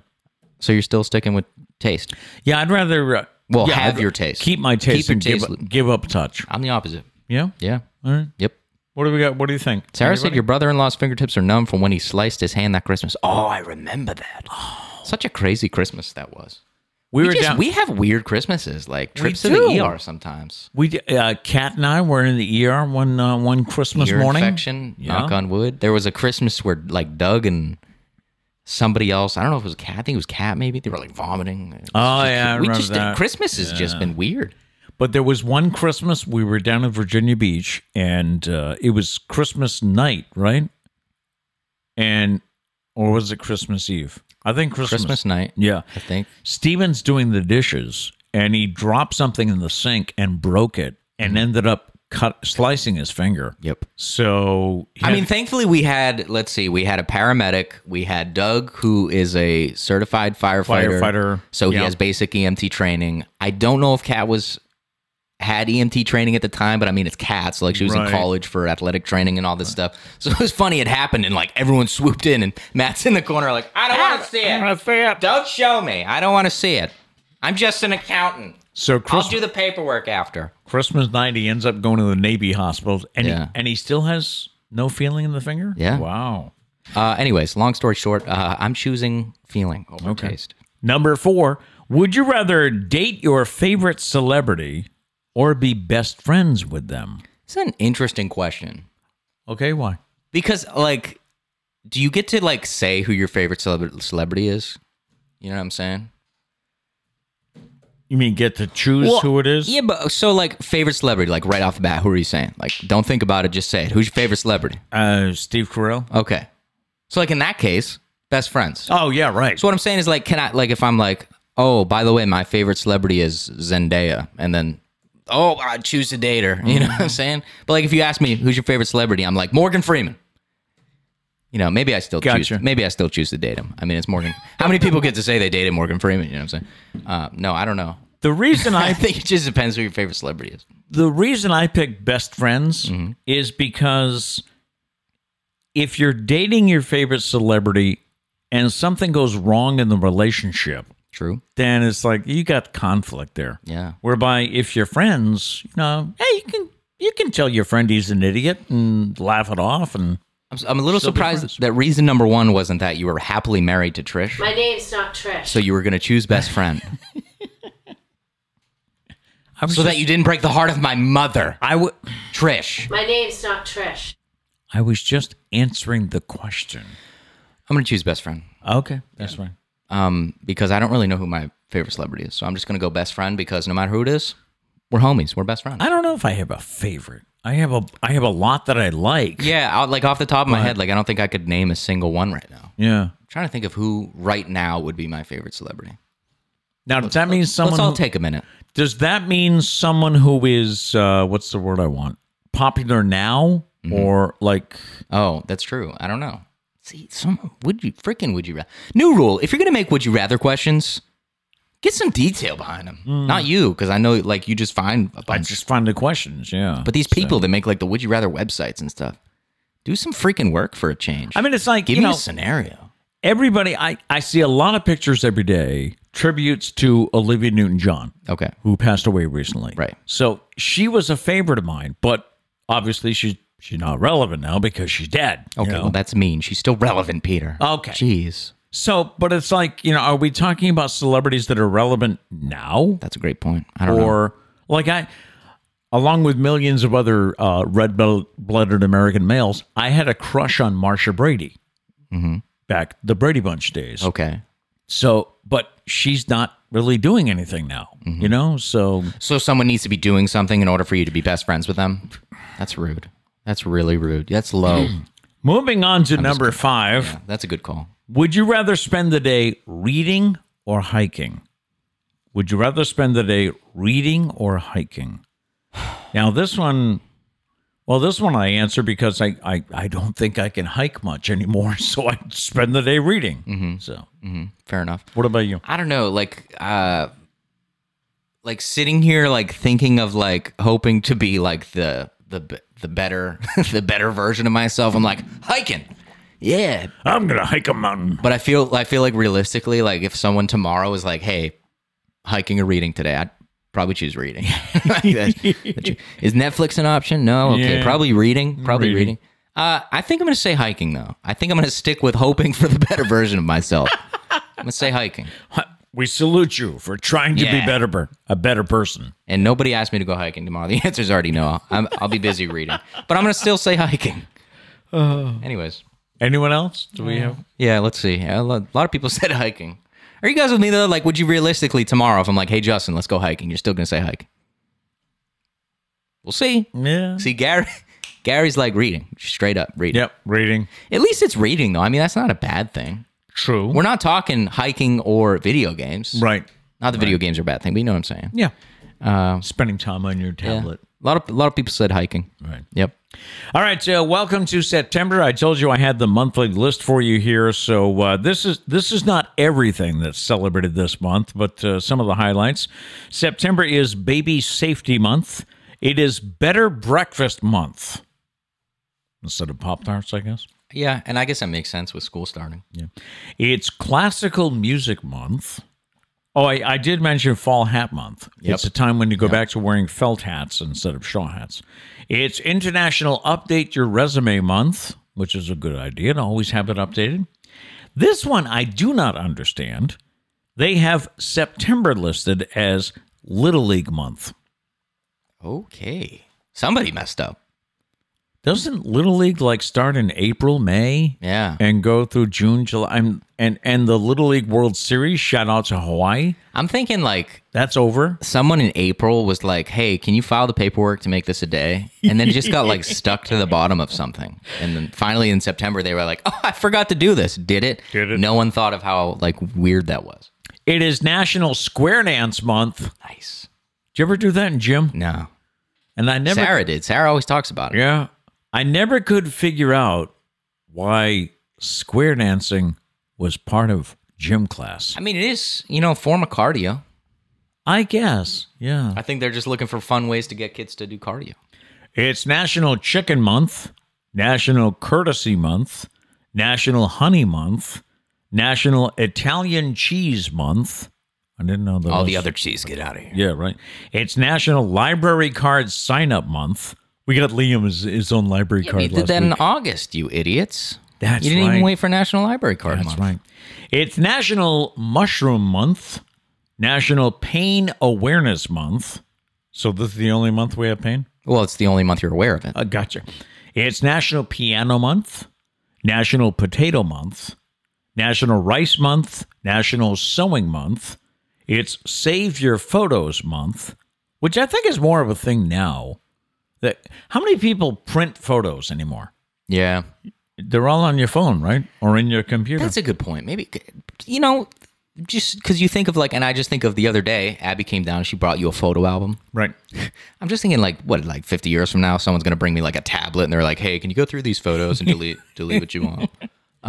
A: So you're still sticking with taste.
B: Yeah, I'd rather uh,
A: Well,
B: yeah,
A: have
B: I'd
A: your taste.
B: Keep my taste
A: your
B: and give,
A: taste
B: up-
A: loop.
B: give up touch.
A: I'm the opposite.
B: Yeah.
A: Yeah.
B: All right.
A: Yep.
B: What do we got? What do you think?
A: Sarah said your brother-in-law's fingertips are numb from when he sliced his hand that Christmas. Oh, I remember that.
B: Oh.
A: Such a crazy Christmas that was.
B: we,
A: We,
B: were
A: just,
B: down.
A: we have weird Christmases, like trips to
B: do.
A: the ER sometimes.
B: We d- uh, Kat and I were in the ER one uh, one Christmas
A: Ear
B: morning.
A: infection.
B: Yeah.
A: Knock on wood. There was a Christmas where like Doug and somebody else. I don't know if it was cat. I think it was cat. Maybe they were like vomiting. It was
B: Oh,
A: just-
B: yeah, I
A: we
B: remember
A: just
B: that.
A: Christmas has just been weird.
B: But there was one Christmas we were down in Virginia Beach, and uh, it was Christmas night, right? And or was it Christmas Eve? I think Christmas.
A: Christmas night,
B: Yeah.
A: I think.
B: Steven's doing the dishes, and he dropped something in the sink and broke it,
A: Mm-hmm.
B: and ended up cut slicing his finger.
A: Yep.
B: So he
A: I
B: had-
A: mean, thankfully we had. Let's see, we had a paramedic. We had Doug, who is a certified firefighter.
B: Firefighter,
A: So
B: yeah.
A: he has basic EMT training. I don't know if Kat was had EMT training at the time, but I mean, it's Kat. So like she was
B: Right.
A: in college for athletic training and all this stuff. So [LAUGHS] it was funny. It happened, and like everyone swooped in, and [LAUGHS] Matt's in the corner, like I don't want to see it. Don't show me. I don't want to see it. I'm just an accountant.
B: so
A: I'll
B: Christmas,
A: do the paperwork after.
B: Christmas night, he ends up going to the Navy hospital, and
A: Yeah.
B: he, and he still has no feeling in the finger.
A: Yeah.
B: Wow.
A: Uh, anyways, long story short, uh, I'm choosing feeling over taste.
B: Number four, would you rather date your favorite celebrity or be best friends with them?
A: It's an interesting question.
B: Okay, why?
A: Because like, do you get to like say who your favorite celeb- celebrity is? You know what I'm saying?
B: You mean get to choose who it is?
A: Yeah, but so like favorite celebrity, like right off the bat, who are you saying? Like, don't think about it, just say it. Who's your favorite celebrity?
B: Uh, Steve Carell.
A: Okay. So like in that case, best friends. So
B: Oh yeah, right.
A: what I'm saying is like, can I like if I'm like, oh, by the way, my favorite celebrity is Zendaya, and then. Oh, I choose to date her. You know
B: Mm-hmm.
A: what I'm saying? But like, if you ask me who's your favorite celebrity, I'm like Morgan Freeman. You know, maybe I still
B: Gotcha.
A: choose. Maybe I still choose to date him. I mean, it's Morgan. How many people get to say they dated Morgan Freeman? You know what I'm saying? Uh, no, I don't know. [LAUGHS]
B: the reason
A: I
B: I [LAUGHS]
A: think it just depends who your favorite celebrity is.
B: the reason I picked best friends is because if you're dating your favorite celebrity and something goes wrong in the relationship,
A: True.
B: then it's like you got conflict there.
A: Yeah.
B: Whereby if you're friends, you know, hey, you can you can tell your friend he's an idiot and laugh it off and
A: I'm, I'm a little
B: Still be friends.
A: surprised that reason number one wasn't that you were happily married to Trish,
C: My name's not Trish.
A: so you were going to choose best friend,
B: I was
A: so that you didn't break the heart of my mother,
B: I would
A: Trish.
C: My name's not Trish.
B: I was just answering the question.
A: I'm going to choose best friend
B: Okay, that's right.
A: um, because I don't really know who my favorite celebrity is, so I'm just going to go best friend because no matter who it is, we're homies, we're best friends.
B: I don't know if I have a favorite. I have a I have a lot that I like.
A: yeah, I, like off the top of my head, like I don't think I could name a single one right now.
B: Yeah.
A: I'm trying to think of who right now would be my favorite celebrity.
B: Now does that mean someone?
A: Let's all
B: who-
A: take a minute.
B: does that mean someone who is uh, what's the word I want? Popular now
A: Mm-hmm.
B: or like?
A: Oh, that's true. I don't know. See, some would you freaking would you rather? New rule: if you're gonna make would you rather questions, get some detail behind them. Not you, because I know like you just find a
B: I
A: bunch.
B: just find the questions. Yeah.
A: but these people that make like the would you rather websites and stuff, do some freaking work for a change.
B: I mean, it's like
A: give
B: you
A: me
B: know,
A: a scenario.
B: everybody. I I see a lot of pictures every day tributes to Olivia Newton John,
A: Okay.
B: who passed away recently.
A: Right.
B: So she was a favorite of mine, but obviously she's she's not relevant now because she's dead. you
A: Okay.
B: know?
A: Well, that's mean. She's still relevant, Peter.
B: Okay.
A: Jeez.
B: So, but it's like, you know, are we talking about celebrities that are relevant now?
A: That's a great point. I don't know.
B: or like I, along with millions of other uh, red bel- blooded American males, I had a crush on Marsha Brady
A: Mm-hmm.
B: back the Brady Bunch days.
A: Okay.
B: So, but she's not really doing anything now, you know? So,
A: So someone needs to be doing something in order for you to be best friends with them. That's rude. That's really rude. That's
B: [CLEARS THROAT]
A: low.
B: moving on to number five
A: That's a good call.
B: Would you rather spend the day reading or hiking? Would you rather spend the day reading or hiking? Now, this one, well, this one I answer because I, I, I don't think I can hike much anymore. [LAUGHS] So I spend the day reading.
A: Mm-hmm.
B: So,
A: Fair enough.
B: what about you?
A: I don't know, like uh like sitting here like thinking of like hoping to be like the the b- the better [LAUGHS] the better version of myself. I'm like hiking. Yeah,
B: I'm going to hike a mountain.
A: but I feel I feel like realistically like if someone tomorrow is like, "Hey, hiking or reading today?" I'd probably choose reading. [LAUGHS] is Netflix an option? No. Okay,
B: Yeah.
A: probably reading. Probably
B: Reading.
A: reading. Uh, I think I'm going to say hiking though. I think I'm going to stick with hoping for the better version of myself. I'm going to say hiking.
B: We salute you for trying to be
A: Yeah.
B: better, per- a better person.
A: and nobody asked me to go hiking tomorrow. [LAUGHS] The answer's already no. I'm, I'll be busy reading, but I'm gonna still say hiking. Anyways,
B: Anyone else? Do we have?
A: yeah, let's see. Yeah, A lot a lot of people [LAUGHS] said hiking. Are you guys with me though? Like, would you realistically tomorrow, if I'm like, hey Justin, let's go hiking, you're still gonna say hiking? We'll see.
B: Yeah.
A: See, Gary, [LAUGHS] Gary's like reading, straight up reading.
B: Yep. Reading.
A: At least it's reading though. I mean, that's not a bad thing.
B: True.
A: We're not talking hiking or video games.
B: right.
A: Not that video games are a bad thing, but you know what I'm saying.
B: Yeah. Spending time on your
A: Yeah.
B: tablet.
A: A lot of a lot of people said hiking.
B: Right.
A: Yep.
B: All right, uh, welcome to September. I told you I had the monthly list for you here, so uh, this is this is not everything that's celebrated this month, but uh, some of the highlights. September is Baby Safety Month. It is Better Breakfast Month instead of Pop Tarts, I guess.
A: Yeah, and I guess that makes sense with school starting.
B: It's Classical Music Month. Oh, I, I did mention Fall Hat Month. It's a time when you go back to wearing felt hats instead of shawl hats. It's International Update Your Resume Month, which is a good idea to always have it updated. This one I do not understand. They have September listed as Little League Month.
A: Okay. Somebody messed up.
B: Doesn't Little League like start in April, May?
A: Yeah.
B: And go through June, July, I'm, and and the Little League World Series. Shout out to Hawaii.
A: I'm thinking like
B: That's over.
A: someone in April was like, "Hey, can you file the paperwork to make this a day?" And then it just got like stuck to the bottom of something. And then finally in September they were like, "Oh, I forgot to do this." Did it? Did it? No one thought of how like weird that was.
B: It is National Square Dance Month.
A: Nice.
B: Did you ever do that in gym?
A: No.
B: And I never
A: Sarah did. Sarah always talks about it.
B: Yeah. I never could figure out why square dancing was part of gym class.
A: I mean, it is, you know, a form of cardio.
B: I guess. Yeah.
A: I think they're just looking for fun ways to get kids to do cardio.
B: It's National Chicken Month, National Courtesy Month, National Honey Month, National Italian Cheese Month. I didn't know there
A: All
B: was-
A: the other cheese get out of here.
B: Yeah, right. It's National Library Card Sign Up Month. We got Liam his, his own library
A: Yeah, but
B: card.
A: you did
B: last
A: that in
B: week.
A: August, you idiots.
B: That's
A: you didn't
B: right.
A: even wait for National Library Card
B: That's
A: Month.
B: right. It's National Mushroom Month, National Pain Awareness Month. So this is the only month we have pain.
A: Well, it's the only month you're aware of it.
B: Uh, gotcha. It's National Piano Month, National Potato Month, National Rice Month, National Sewing Month. It's Save Your Photos Month, which I think is more of a thing now. That how many people print photos anymore?
A: Yeah.
B: They're all on your phone, right, or in your computer.
A: That's a good point. Maybe, you know, just because you think of like, and I just think of the other day, Abby came down and she brought you a photo album.
B: right.
A: I'm just thinking like, what, like 50 years from now, someone's going to bring me like a tablet and they're like, hey, can you go through these photos and
B: [LAUGHS]
A: delete, delete what you want? Um,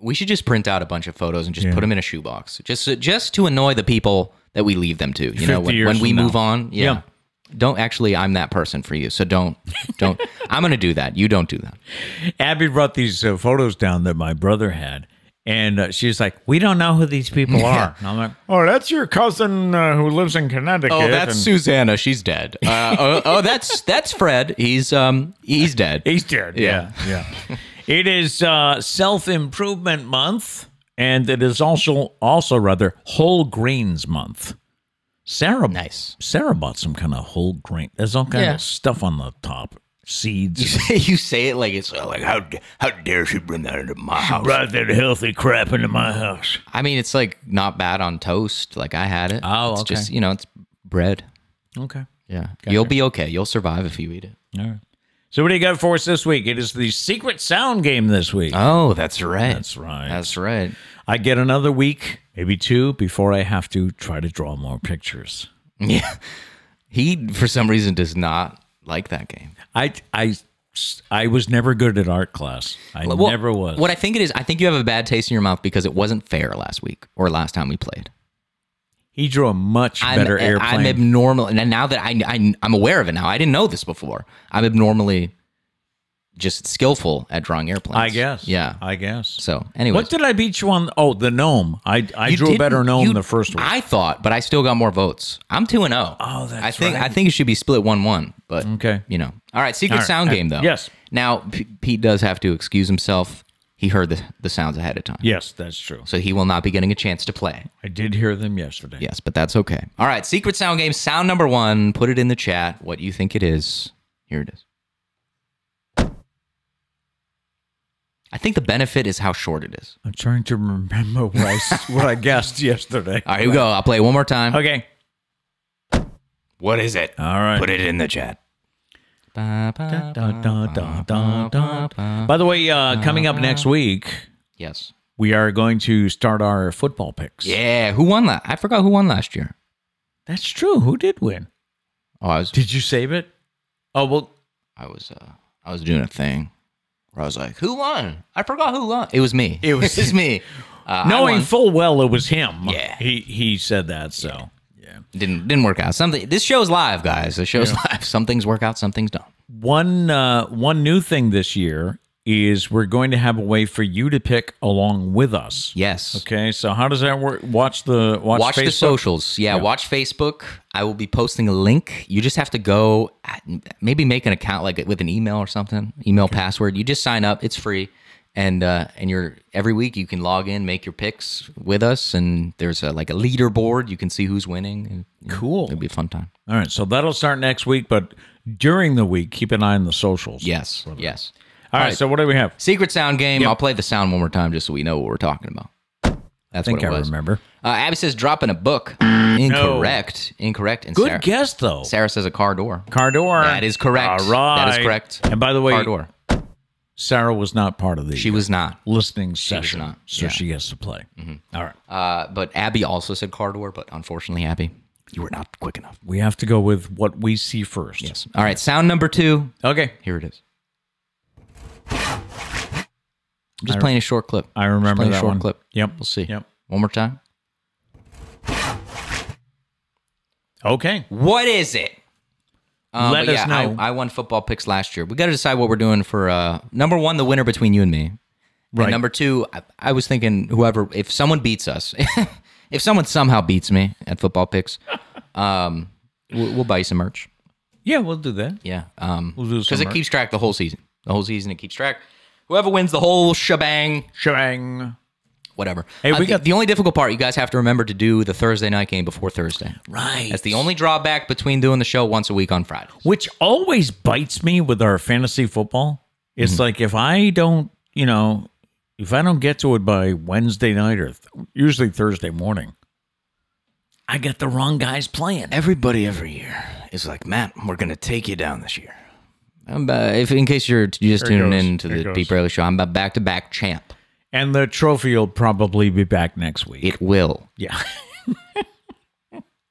A: we should just print out a bunch of photos and just put them in a shoebox just, just to annoy the people that we leave them to, you know,
B: 50
A: when,
B: years
A: when we
B: from now.
A: move on. Yeah.
B: Yeah.
A: Don't actually, I'm that person for you. So don't, don't, I'm going to do that. You don't do that.
B: Abby brought these uh, photos down that my brother had, and uh, she's like, "We don't know who these people are." And I'm like, "Oh, that's your cousin uh, who lives in Connecticut."
A: Oh, that's
B: and-
A: Susanna. She's dead. Uh, oh, oh, that's that's Fred. He's um he's dead.
B: [LAUGHS] he's dead. Yeah, yeah. it is uh, Self Improvement Month and it is also also rather whole grains month. Sarah,
A: Nice.
B: Sarah bought some kind of whole grain. There's all kind
A: Yeah.
B: of stuff on the top,
A: You
B: seeds.
A: say [LAUGHS] you say it like it's uh, like how how dare she bring that into my house?
B: Brought that healthy crap into my house.
A: I mean, it's like not bad on toast. Like I had it.
B: Oh,
A: it's
B: okay.
A: just you know, it's bread.
B: Okay.
A: Yeah, you'll be okay. You'll survive if you eat it.
B: All right. So what do you got for us this week? It is the secret sound game this week.
A: Oh, that's right.
B: That's right.
A: That's right.
B: I get another week, maybe two, before I have to try to draw more pictures.
A: [LAUGHS] Yeah, he for some reason does not like that game.
B: I I I was never good at art class. I
A: Well,
B: never was.
A: What I think it is, I think you have a bad taste in your mouth because it wasn't fair last week or last time we played.
B: he drew a much better
A: I'm,
B: airplane.
A: I'm abnormal, and now that I, I I'm aware of it now, I didn't know this before. I'm abnormally just skillful at drawing airplanes.
B: I guess.
A: Yeah.
B: I guess.
A: so, anyway,
B: What did I beat you on? Oh, the gnome. I I
A: You
B: drew a better
A: didn't-
B: gnome
A: you-
B: than the first one.
A: I thought, but I still got more votes. I'm two and zero.
B: Oh, that's
A: I think
B: right.
A: I think it should be split one one. But
B: Okay.
A: you know, all right. Secret
B: All right.
A: sound
B: Uh,
A: game though.
B: yes.
A: Now P- Pete does have to excuse himself. He heard the, the sounds ahead of time.
B: yes, that's true.
A: So he will not be getting a chance to play.
B: I did hear them yesterday.
A: Yes, but that's okay. All right. Secret sound game. Sound number one. Put it in the chat. What you think it is? Here it is. I think the benefit is how short it is.
B: I'm trying to remember what I, s- what I guessed [LAUGHS] yesterday.
A: All right, here we go. I'll play it one more time.
B: Okay.
A: What is it?
B: All right.
A: it in the chat.
B: Da, da, da, da, da. By the way, uh, coming up next week,
A: Yes.
B: we are going to start our football picks.
A: Yeah. Who won that? I forgot who won last year.
B: That's true. Who did win?
A: Oh, I was,
B: Did you save it? Oh, well,
A: I was, uh, I was doing a thing where I was like, "Who won? I forgot who won. It was me. It [LAUGHS]
B: was-
A: it was me. Uh, I
B: knowing
A: won.
B: full well it was him.
A: Yeah.
B: He he said that, so. Yeah.
A: didn't didn't work out. Something. This show's live, guys. The show's [LAUGHS] live. Some things work out. Some things don't.
B: One uh, one new thing this year is we're going to have a way for you to pick along with us.
A: Yes.
B: Okay, so how does that work? Watch the watch,
A: Watch the
B: Facebook?
A: socials. Yeah, watch Facebook. I will be posting a link. You just have to go, at- maybe make an account like with an email or something, email password. You just sign up. It's free, and uh, and you're every week you can log in, make your picks with us, and there's a, like a leaderboard. You can see who's winning. And, you know,
B: Cool.
A: It'll be a fun time.
B: All right, so that'll start next week, but during the week, keep an eye on the socials.
A: Yes. Yes.
B: All right, so what do we have?
A: Secret sound game. I'll play the sound one more time just so we know what we're talking about. That's
B: I think
A: what
B: I
A: it was.
B: remember.
A: Uh, Abby says dropping a book. Incorrect. Incorrect. And
B: Mm, Good
A: Sarah,
B: guess though.
A: Sarah says a car door.
B: Car door.
A: That is correct.
B: All right.
A: That is correct.
B: And by the way,
A: Car door.
B: Sarah was not part of the
A: She was not.
B: listening session,
A: not.
B: so
A: Yeah.
B: she gets to play. All right,
A: Uh, but Abby also said car door, but unfortunately, Abby, you were not quick enough.
B: we have to go with what we see first. Yes.
A: All right, sound number two.
B: Okay.
A: Here it is. I'm just playing a short clip.
B: I remember
A: Just playing
B: that
A: a short
B: one.
A: clip.
B: Yep.
A: We'll see.
B: Yep.
A: One more time.
B: Okay.
A: What is it? Uh,
B: Let
A: but
B: us
A: yeah,
B: know.
A: I, I won football picks last year. We got to decide what we're doing for uh, number one, the winner between you and me.
B: Right.
A: And number two, I, I was thinking whoever, if someone beats us, [LAUGHS] if someone somehow beats me at football picks, [LAUGHS] um, we'll, we'll buy you some merch.
B: Yeah, we'll do that.
A: Yeah. Um,
B: do some
A: because it
B: merch.
A: keeps track the whole season. The whole season it keeps track. Whoever wins the whole shebang,
B: Shebang.
A: whatever. Uh,
B: Hey, we
A: the,
B: got-
A: the only difficult part. You guys have to remember to do the Thursday night game before Thursday.
B: Right.
A: That's the only drawback between doing the show once a week on Fridays.
B: which always bites me with our fantasy football.
A: Mm-hmm.
B: It's like if I don't, you know, if I don't get to it by Wednesday night or th- usually Thursday morning, I get the wrong guys playing.
A: Everybody every year is like, Matt, we're going to take you down this year. I'm, uh, if in case you're t- just tuning
B: goes.
A: in to
B: There it
A: the
B: goes.
A: Deep Early Show, I'm a back-to-back champ.
B: And the trophy will probably be back next week.
A: It will.
B: yeah.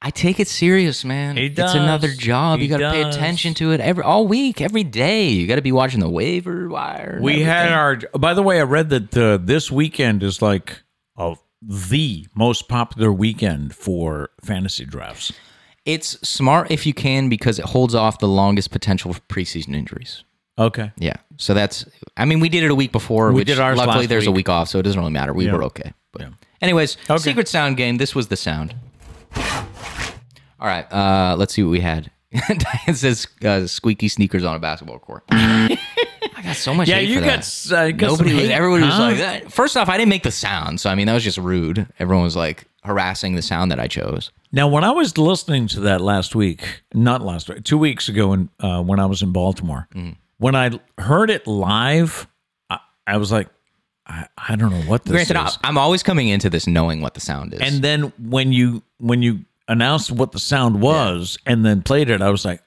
A: I take it serious, man.
B: He
A: It's another
B: does.
A: job.
B: He
A: you got to pay
B: does.
A: attention to it every all week, every day. You got to be watching the waiver wire. and
B: We had
A: everything.
B: our. By the way, I read that uh, this weekend is like of the most popular weekend for fantasy drafts.
A: It's smart if you can because it holds off the longest potential preseason injuries.
B: Okay.
A: Yeah. So that's. I mean, we did it a week before.
B: We
A: which
B: did ours
A: Luckily,
B: last
A: there's a
B: week.
A: week off, so it doesn't really matter. We
B: Yeah.
A: were okay. But anyways,
B: Okay.
A: secret sound game. This was the sound. All right. [LAUGHS] Uh, let's see what we had. Diane says uh, squeaky sneakers on a basketball court. [LAUGHS] I I got so much.
B: Yeah,
A: hate
B: you
A: for
B: got
A: that.
B: s- uh, you got some
A: nobody. Was,
B: hate,
A: everybody was
B: huh?
A: like that. First off, I didn't make the sound, so I mean that was just rude. Everyone was like harassing the sound that I chose.
B: Now, when I was listening to that last week, not last week, two weeks ago, in, uh, when I was in Baltimore, when I heard it live, I, I was like, I, I don't know what this
A: Granted,
B: is.
A: I- I'm always coming into this knowing what the sound is.
B: And then when you when you announced what the sound was and then played it, I was like,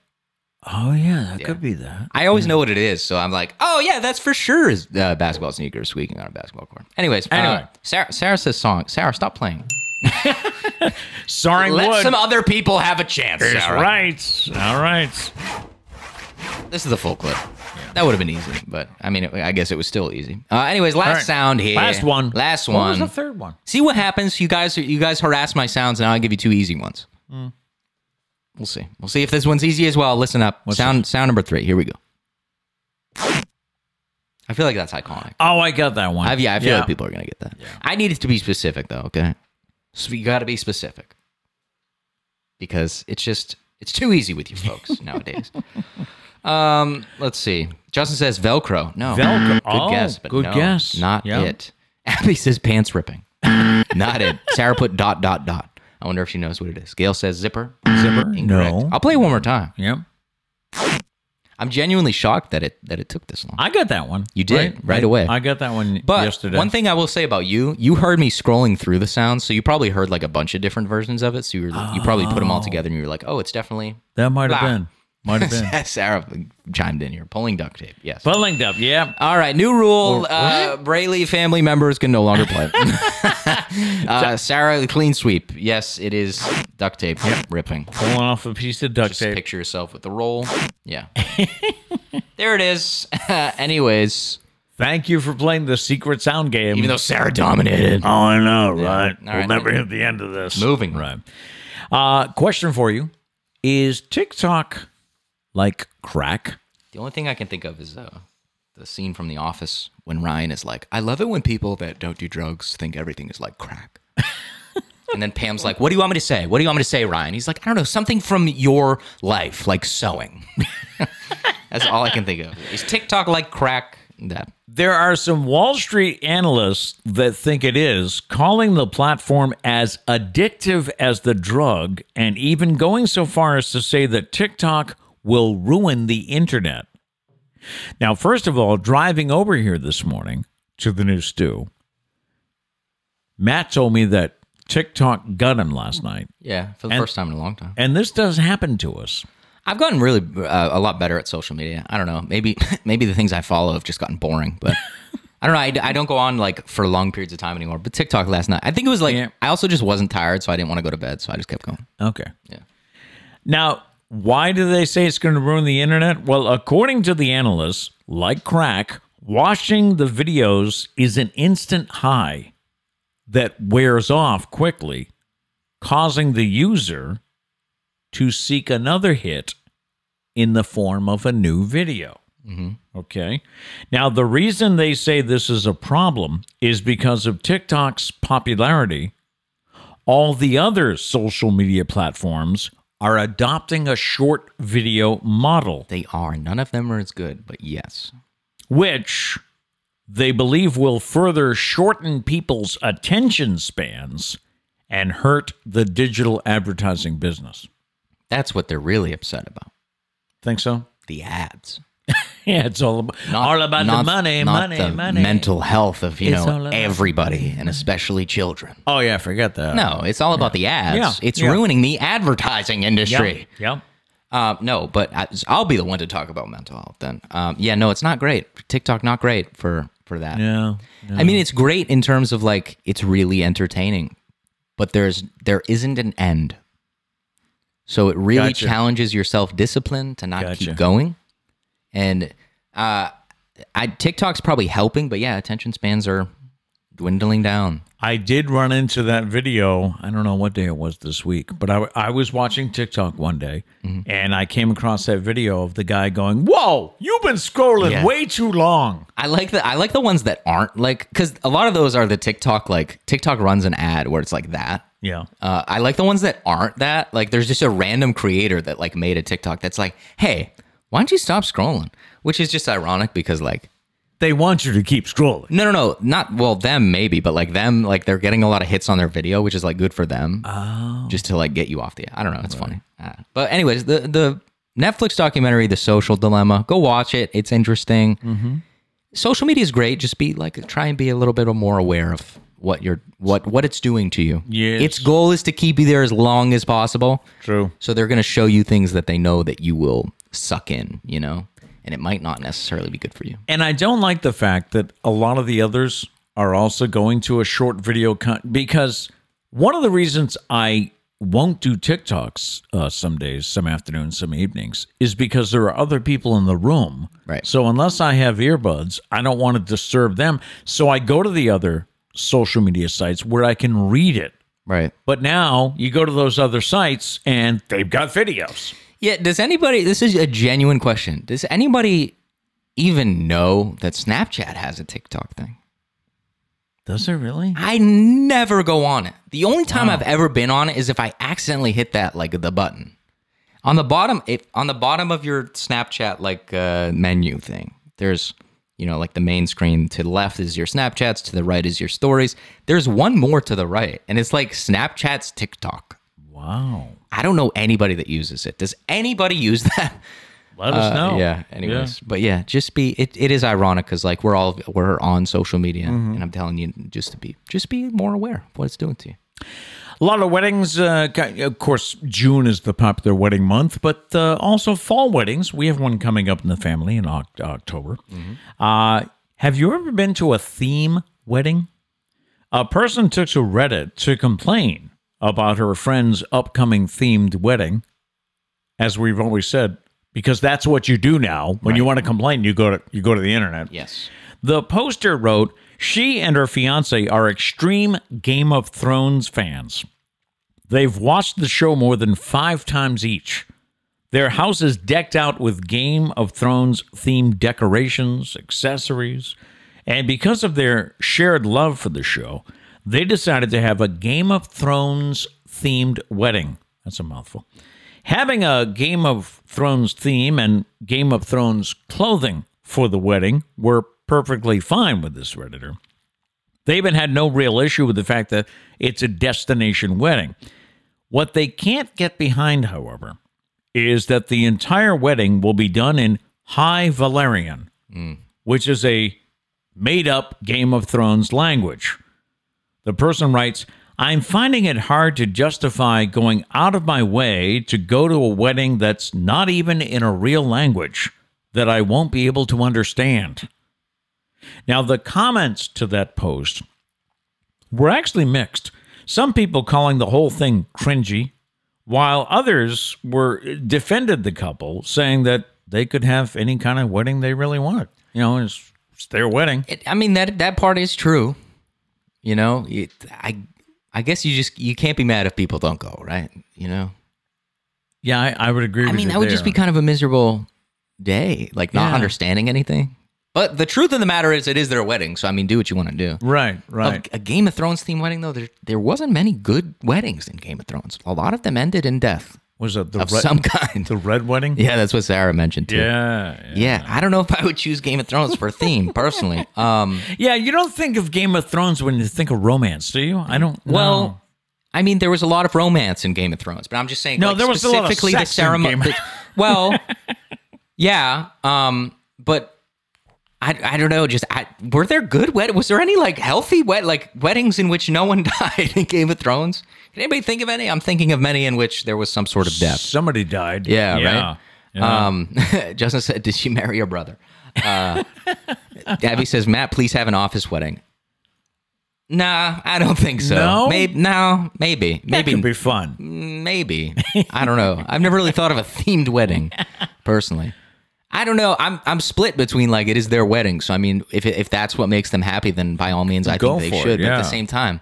B: oh yeah, that could be that.
A: I always know what it is, so I'm like, oh yeah, that's for sure is uh, basketball sneakers squeaking on a basketball court. Anyways, anyway, uh,
B: Anyway.
A: Sarah, Sarah says song. Sarah, stop playing.
B: Sorry,
A: Let
B: Wood.
A: some other people have a chance.
B: That's
A: Sarah.
B: right. All right.
A: This is the full clip. That would have been easy, but I mean, it, I guess it was still easy. Uh, anyways, last
B: All right.
A: sound here.
B: Last one.
A: Last
B: What
A: one.
B: was the third one?
A: See what happens. You guys, you guys harass my sounds. Now I give you two easy ones.
B: Hmm.
A: We'll see. We'll see if this one's easy as well. Listen up. sound sound number three. Here we go. I feel like that's iconic.
B: Oh, I got that one.
A: I, yeah, I feel like people are gonna get that. I need it to be specific though. Okay, so you got to be specific because it's just it's too easy with you
B: [LAUGHS]
A: folks nowadays. Um, let's see. Justin says Velcro. No,
B: Velcro.
A: Good
B: Oh,
A: guess, but
B: good
A: no,
B: guess.
A: Not
B: Yeah.
A: it. [LAUGHS] Abby says pants ripping. [LAUGHS] not it. Sarah put dot dot dot. I wonder if she knows what it is. Gail says zipper.
B: Zipper?
A: Incorrect.
B: No.
A: I'll play one more time.
B: Yeah.
A: I'm genuinely shocked that it that it took this long.
B: I got that one.
A: You did, right away.
B: I got that one
A: [LAUGHS] But
B: yesterday.
A: one thing I will say about you, you heard me scrolling through the sounds, so you probably heard like a bunch of different versions of it. So you were, you probably put them all together, and you were like, "Oh, it's definitely." [LAUGHS]
B: that might have
A: Blah.
B: been. Might
A: [LAUGHS]
B: have been.
A: Sarah chimed in here, pulling duct tape. Yes.
B: but linked up. Yeah.
A: all right, new rule: uh, Brayley family members can no longer play. [LAUGHS] uh, Sarah, clean sweep. Yes, it is duct tape ripping.
B: Pulling off a piece of duct
A: Just
B: tape.
A: picture yourself with the roll. Yeah. there it is. [LAUGHS] Anyways,
B: Thank you for playing the secret sound game.
A: even though Sarah dominated,
B: Oh, I know, right?
A: All
B: we'll
A: right.
B: never hit the end of this.
A: Moving.
B: Right. Uh, question for you Is TikTok like crack?
A: The only thing I can think of is uh, the scene from The Office when Ryan is like, "I love it when people that don't do drugs think everything is like crack." and then Pam's like, "What do you want me to say? What do you want me to say, Ryan?" He's like, "I don't know, something from your life, like sewing." [LAUGHS] That's all I can think of. Is TikTok like crack? That
B: There are some Wall Street analysts that think it is, calling the platform as addictive as the drug, and even going so far as to say that TikTok will ruin the internet. Now, first of all, driving over here this morning to the new stew, Matt told me that TikTok got him last night.
A: yeah, for the
B: And-
A: first time in a long time.
B: And this does happen to us.
A: I've gotten really uh, a lot better at social media. I don't know. Maybe [LAUGHS] maybe the things I follow have just gotten boring,
B: [LAUGHS]
A: but I don't know. I, d- I don't go on like for long periods of time anymore. But TikTok last night, I think it was like
B: Yeah.
A: I also just wasn't tired, so I didn't want to go to bed, so I just kept going.
B: Okay.
A: Yeah.
B: Now, why do they say it's going to ruin the internet? Well, according to the analysts, like crack, watching the videos is an instant high that wears off quickly, causing the user to seek another hit in the form of a new video. Okay. Now, the reason they say this is a problem is because of TikTok's popularity all the other social media platforms are adopting a short video model,
A: They are none of them are as good, but yes,
B: which they believe will further shorten people's attention spans and hurt the digital advertising business.
A: that's what they're really upset about
B: Think so? [LAUGHS]
A: the ads.
B: Yeah, it's all about,
A: Not-
B: all about
A: not-
B: the money,
A: not
B: money,
A: the
B: money.
A: mental health of you
B: It's all
A: know
B: about-
A: everybody and especially children.
B: Oh yeah, forget that.
A: No, it's all about the ads.
B: Yeah.
A: It's
B: Yeah.
A: ruining the advertising industry.
B: Yep. yep.
A: Uh, no, but I, I'll be the one to talk about mental health then. Um, yeah, no, it's not great. TikTok not great for for that.
B: No.
A: I mean, it's great in terms of like it's really entertaining, but there's there isn't an end. So it really
B: Gotcha.
A: challenges your self discipline to not
B: Gotcha.
A: keep going, and uh, I, TikTok's probably helping, but yeah, attention spans are dwindling down.
B: I did run into that video. I don't know what day it was this week, but I, I was watching TikTok one day and I came across that video of the guy going, Whoa, you've been scrolling
A: Yeah.
B: way too long.
A: I like the I like the ones that aren't like because a lot of those are the TikTok like TikTok runs an ad where it's like that.
B: Yeah.
A: Uh, I like the ones that aren't that. Like, there's just a random creator that like made a TikTok that's like, "Hey, why don't you stop scrolling? which is just ironic because like
B: They want you to keep scrolling.
A: no no no not well them maybe but like them like they're getting a lot of hits on their video which is like good for them
B: Oh.
A: just to like get you off the I don't know it's funny Uh, but anyways the the Netflix documentary The Social Dilemma go watch it it's interesting
B: Mm-hmm.
A: social media is great just be like try and be a little bit more aware of what you're what what it's doing to you
B: Yes.
A: its goal is to keep you there as long as possible
B: True.
A: so they're going to show you things that they know that you will suck in, you know, and it might not necessarily be good for you.
B: And I don't like the fact that a lot of the others are also going to a short video con- because one of the reasons I won't do TikToks uh, some days, some afternoons, some evenings is because there are other people in the room.
A: Right.
B: So unless I have earbuds, I don't want to disturb them. So I go to the other social media sites where I can read it.
A: Right.
B: But now you go to those other sites and they've got videos.
A: Yeah. Does anybody, this is a genuine question. Does anybody even know that Snapchat has a TikTok thing?
B: Does it really?
A: I never go on it. The only time I've ever been on it is if I accidentally hit that, like the button on the bottom, it, on the bottom of your Snapchat, like uh, menu thing, there's, you know, like the main screen to the left is your Snapchats, to the right is your stories. There's one more to the right, and it's like Snapchat's TikTok.
B: Wow.
A: I don't know anybody that uses it. Does anybody use [LAUGHS] that?
B: Let us
A: Uh,
B: know.
A: Yeah. Anyways, but yeah, just be. It, it is ironic because like we're all we're on social media,
B: Mm-hmm.
A: and I'm telling you, just to be just be more aware of what it's doing to you.
B: A lot of weddings. Uh, ca- of course, June is the popular wedding month, but uh, also fall weddings. We have one coming up in the family in Oc- October. Uh, have you ever been to a theme wedding? A person took to Reddit to complain about her friend's upcoming themed wedding. As we've always said, because that's what you do now. When you want to complain, you go to you go to the internet.
A: Yes.
B: The poster wrote, She and her fiance are extreme Game of Thrones fans. They've watched the show more than five times each. Their house is decked out with Game of Thrones themed decorations, accessories, and because of their shared love for the show, they decided to have a Game of Thrones themed wedding. That's a mouthful. Having a Game of Thrones theme and Game of Thrones clothing for the wedding were perfectly fine with this Redditor. They even had no real issue with the fact that it's a destination wedding. What they can't get behind, however, is that the entire wedding will be done in High Valerian, which is a made up Game of Thrones language. The person writes, I'm finding it hard to justify going out of my way to go to a wedding that's not even in a real language that I won't be able to understand. Now, the comments to that post were actually mixed. Some people calling the whole thing cringy, while others were uh, defended the couple, saying that they could have any kind of wedding they really wanted. You know, it's, it's their wedding.
A: It, I mean that that part is true. You know, it, I I guess you just you can't be mad if people don't go, right? You know,
B: Yeah, I, I would agree.
A: I
B: with
A: mean
B: you
A: that would just be
B: there.
A: kind of a miserable day, like not
B: Yeah.
A: understanding anything. But the truth of the matter is, it is their wedding, so I mean, do what you want to do.
B: right,
A: Of
B: right.
A: A Game of Thrones theme wedding, though, there there wasn't many good weddings in Game of Thrones. A lot of them ended in death
B: Was it the
A: of
B: red,
A: some [LAUGHS] kind.
B: the red wedding?
A: Yeah, that's what Sarah mentioned too.
B: yeah, yeah.
A: Yeah, I don't know if I would choose Game of Thrones for
B: [LAUGHS]
A: theme personally. Um,
B: Yeah, you don't think of Game of Thrones when you think of romance, do you? I don't.
A: Well,
B: no.
A: I mean, there was a lot of romance in Game of Thrones, but I'm just saying.
B: No,
A: like,
B: there was a lot of
A: specifically the
B: sex in
A: ceremony.
B: Game of-
A: the- well, yeah, um, but I, I don't know. Just I, were there good wed? Was there any like healthy wed like weddings in which no one [LAUGHS] died in Game of Thrones? Can anybody think of any? I'm thinking of many in which there was some sort of death.
B: somebody died.
A: Yeah, right.
B: Yeah.
A: Um, [LAUGHS] Justin said, "Did she marry your brother?" Uh, [LAUGHS] Abby says, "Matt, please have an office wedding." Nah, I don't think so.
B: No?
A: maybe, no, maybe,
B: that
A: maybe,
B: could be fun.
A: maybe. I don't know. I've never really thought of a themed
B: [LAUGHS]
A: wedding, personally. I don't know. I'm I'm split between like it is their wedding, so I mean, if if that's what makes them happy, then by all means, I
B: Go
A: think
B: for
A: they
B: it,
A: should. But at
B: yeah.
A: the same time,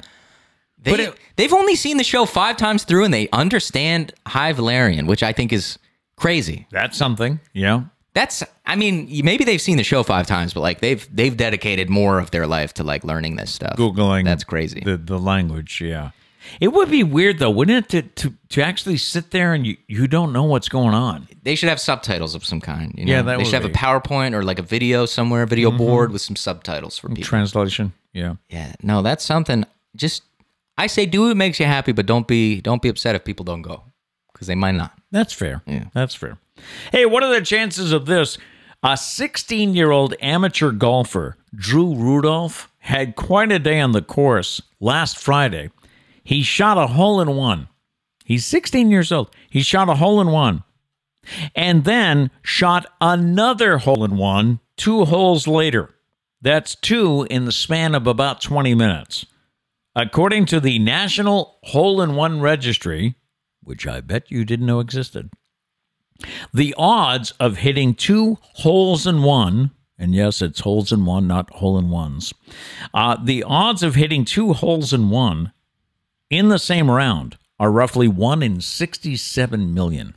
A: they
B: But it-
A: they've only seen the show five times through, and they understand High Valerian, which I think is crazy.
B: That's something. Yeah.
A: That's I mean, maybe they've seen the show five times, but like they've they've dedicated more of their life to like learning this stuff.
B: Googling.
A: That's crazy.
B: The the language. Yeah. It would be weird though, wouldn't it, to to, to actually sit there and you, you don't know what's going on.
A: They should have subtitles of some kind. You know?
B: Yeah, that
A: they
B: would
A: should have
B: be- Mm-hmm.
A: a PowerPoint or like a video somewhere, a video board with some subtitles for people.
B: Translation. Yeah.
A: yeah, no, that's something. Just I say, do what makes you happy, but don't be don't be upset if people don't go because they might not.
B: That's fair. That's fair. Hey, what are the chances of this? A 16 year old amateur golfer, Drew Rudolph, had quite a day on the course last Friday. He shot a hole in one. He's 16 years old. He shot a hole in one and then shot another hole in one two holes later. That's two in the span of about 20 minutes. According to the National Hole in One Registry, which I bet you didn't know existed. The odds of hitting two holes in one, and yes, it's holes in one, not hole in ones. Uh, the odds of hitting two holes in one in the same round are roughly one in 67 million.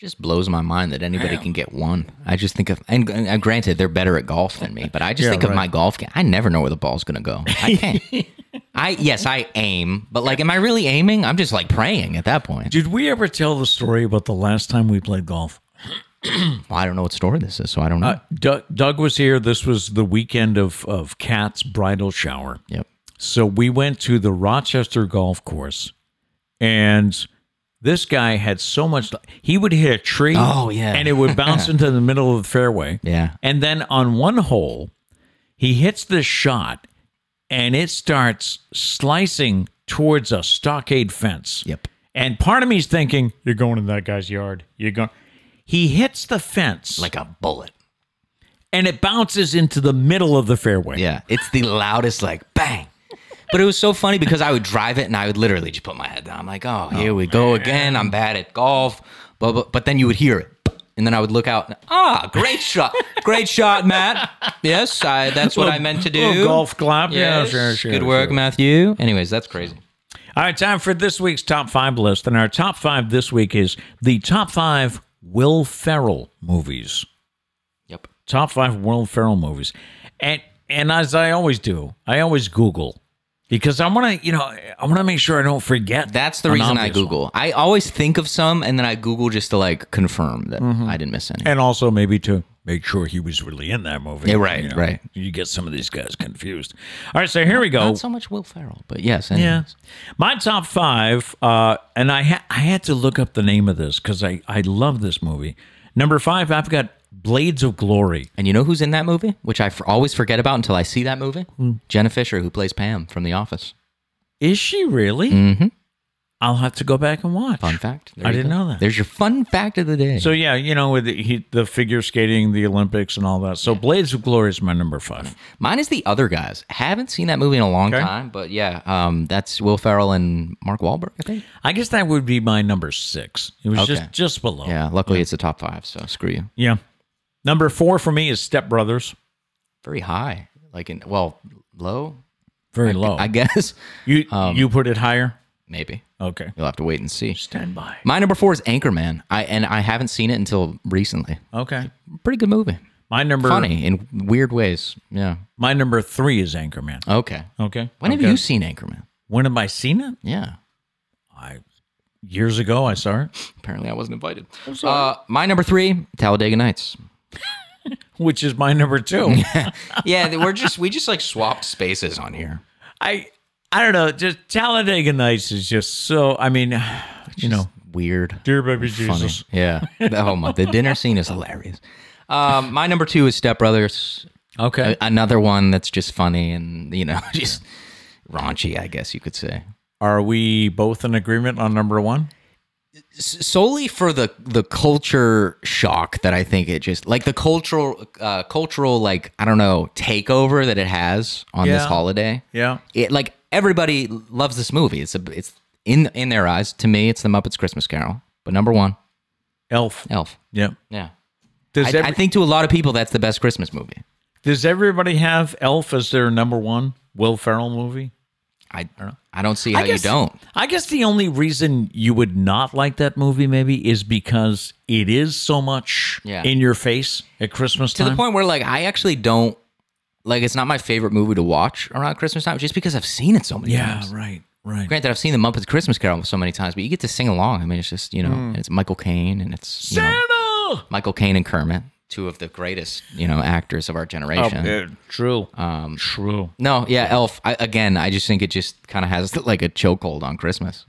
A: just blows my mind that anybody can get one. I just think of, and, and granted, they're better at golf than me, but I just
B: Yeah,
A: think of
B: right.
A: my golf game. I never know where the ball's going to go. I can't.
B: [LAUGHS]
A: I yes, I aim, but like, am I really aiming? I'm just like praying at that point.
B: Did we ever tell the story about the last time we played golf?
A: Well, I don't know what store this is, so I don't know.
B: Uh, Doug, Doug was here. This was the weekend of, of Cat's bridal shower.
A: yep.
B: So we went to the Rochester golf course, and this guy had so much. He would hit a tree.
A: Oh, yeah.
B: And
A: [LAUGHS]
B: it would bounce into the middle of the fairway.
A: Yeah.
B: And then on one hole, he hits this shot, and it starts slicing towards a stockade fence.
A: Yep.
B: And part of me's thinking, "You're going in that guy's yard. You're going." He hits the fence,
A: Like a bullet.
B: and it bounces into the middle of the fairway.
A: Yeah. It's the loudest, like bang. But it was so funny because I would drive it and I would literally just put my head down. I'm like, oh, here we go again. I'm bad at golf. But, but, but then you would hear it. And then I would look out. And, ah, great shot. Great shot, Matt. Yes, I, that's what I meant to do.
B: Little golf clap. Yeah,
A: Yes,
B: sure, sure.
A: Good
B: sure.
A: work, Matthew. Anyways, that's crazy.
B: All right, time for this week's top five list. And our top five this week is the top five Will Ferrell movies.
A: Yep.
B: Top five Will Ferrell movies. And and as I always do, I always Google because I want to, you know, I want to make sure I don't forget.
A: That's the
B: an
A: reason I
B: obvious one.
A: Google. I always think of some and then I Google just to like confirm that I didn't miss any.
B: Mm-hmm. And also maybe to make sure he was really in that movie.
A: Yeah, right, right.
B: You get some of these guys confused. All right, so here we go.
A: Not so much Will Ferrell, but yes.
B: oh. Yeah.
A: Anyways.
B: My top five, uh, and I ha- I had to look up the name of this because I, I love this movie. Number five, I've got Blades of Glory.
A: And you know who's in that movie, which I f- always forget about until I see that movie?
B: Hmm.
A: Jenna Fisher, who plays Pam from The Office.
B: Is she really?
A: Mhm.
B: I'll have to go back and watch.
A: Fun fact. There
B: I
A: you
B: didn't
A: go.
B: know that.
A: There's your fun fact of the day.
B: So yeah, you know with the, he, the figure skating, the Olympics, and all that. So Blades of Glory is my number five.
A: Mine is the other guys. Haven't seen that movie in a long
B: Okay.
A: time, but yeah, um, that's Will Ferrell and Mark Wahlberg, I think.
B: I guess that would be my number six. It was
A: Okay.
B: just just below.
A: Yeah, luckily it's a top five, so screw you.
B: Yeah. Number four for me is Step Brothers.
A: Very high, like in well, low,
B: Very low.
A: I [LAUGHS] um, guess.
B: you you put it higher.
A: Maybe
B: Okay.
A: you'll have to wait and see.
B: Stand by.
A: My number four is Anchorman. I and I haven't seen it until recently.
B: Okay.
A: Pretty good movie,
B: My number
A: funny in weird ways. Yeah.
B: My number three is Anchorman.
A: Okay.
B: Okay.
A: Oh. When
B: okay.
A: have you seen Anchorman?
B: When have I seen it?
A: Yeah.
B: I years ago I saw it, [LAUGHS]
A: Apparently, I wasn't invited. Uh, my number three, Talladega [LAUGHS] Nights.
B: which is my
A: [LAUGHS]
B: number two.
A: yeah, th- we're just we just like swapped spaces on here.
B: I I don't know. Just Talladega Nights is just so. I mean, [SIGHS] you know,
A: Weird.
B: dear baby
A: Funny. Yeah. Oh my, the dinner scene is hilarious. Um, my number two is Step Brothers.
B: Okay.
A: A- another one that's just funny and you know [LAUGHS] just raunchy, I guess you could say.
B: Are we both in agreement on number one?
A: S- solely for the the culture shock that I think it just like the cultural uh, cultural like I don't know takeover that it has on this
B: Yeah.
A: holiday.
B: Yeah.
A: it like everybody loves this movie. It's a it's in in their eyes. To me, it's the Muppets Christmas Carol. But number one,
B: Elf.
A: Elf.
B: Yeah.
A: Yeah, I,
B: Does,
A: I
B: every-
A: think to a lot of people that's the best Christmas movie.
B: does everybody have Elf as their number one Will Ferrell movie?
A: I I don't see how you don't.
B: I guess the only reason you would not like that movie maybe is because it is so much
A: Yeah.
B: in your face at Christmas
A: To
B: time.
A: the point where like I actually don't like it's not my favorite movie to watch around Christmas time just because I've seen it so many
B: yeah,
A: times.
B: right. Right.
A: Granted, I've seen the Muppets Christmas Carol so many times, but you get to sing along. I mean, it's just you know,
B: Hmm.
A: and it's Michael Caine and it's you know,
B: Santa.
A: Michael Caine and Kermit, two of the greatest you know actors of our generation.
B: true. Um, true.
A: No, yeah, Elf. I, again, I just think it just kind of has [LAUGHS] like a chokehold on Christmas.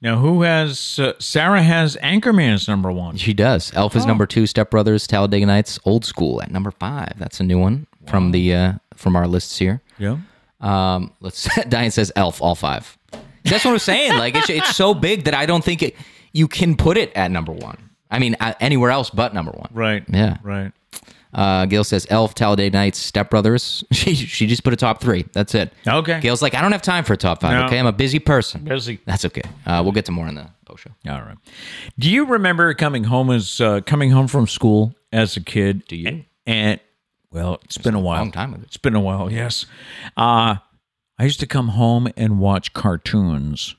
B: Now, who has uh, Sarah has Anchorman as number one?
A: She does. Elf is number two. Step Brothers, Talladega Nights, Old School at number five. That's a new one from the uh, from our lists here.
B: Yeah.
A: Um, let's. [LAUGHS] Diane says Elf, all five. That's what I'm saying. like it's it's so big that I don't think it you can put it at number one. I mean, uh, anywhere else but number one.
B: Right.
A: Yeah.
B: Right.
A: Uh, Gail says Elf, Talladega Nights, Step Brothers. [LAUGHS] She she just put a top three. That's it.
B: Okay.
A: Gail's like, I don't have time for a top five.
B: No.
A: Okay, I'm a busy person.
B: Busy.
A: That's okay. Uh, we'll get to more in the post show.
B: All right. Do you remember coming home as uh, coming home from school as a kid? Do
A: you?
B: And, well, it's been a while.
A: long time ago.
B: It's been a while. Yes. Uh, I used to come home and watch cartoons.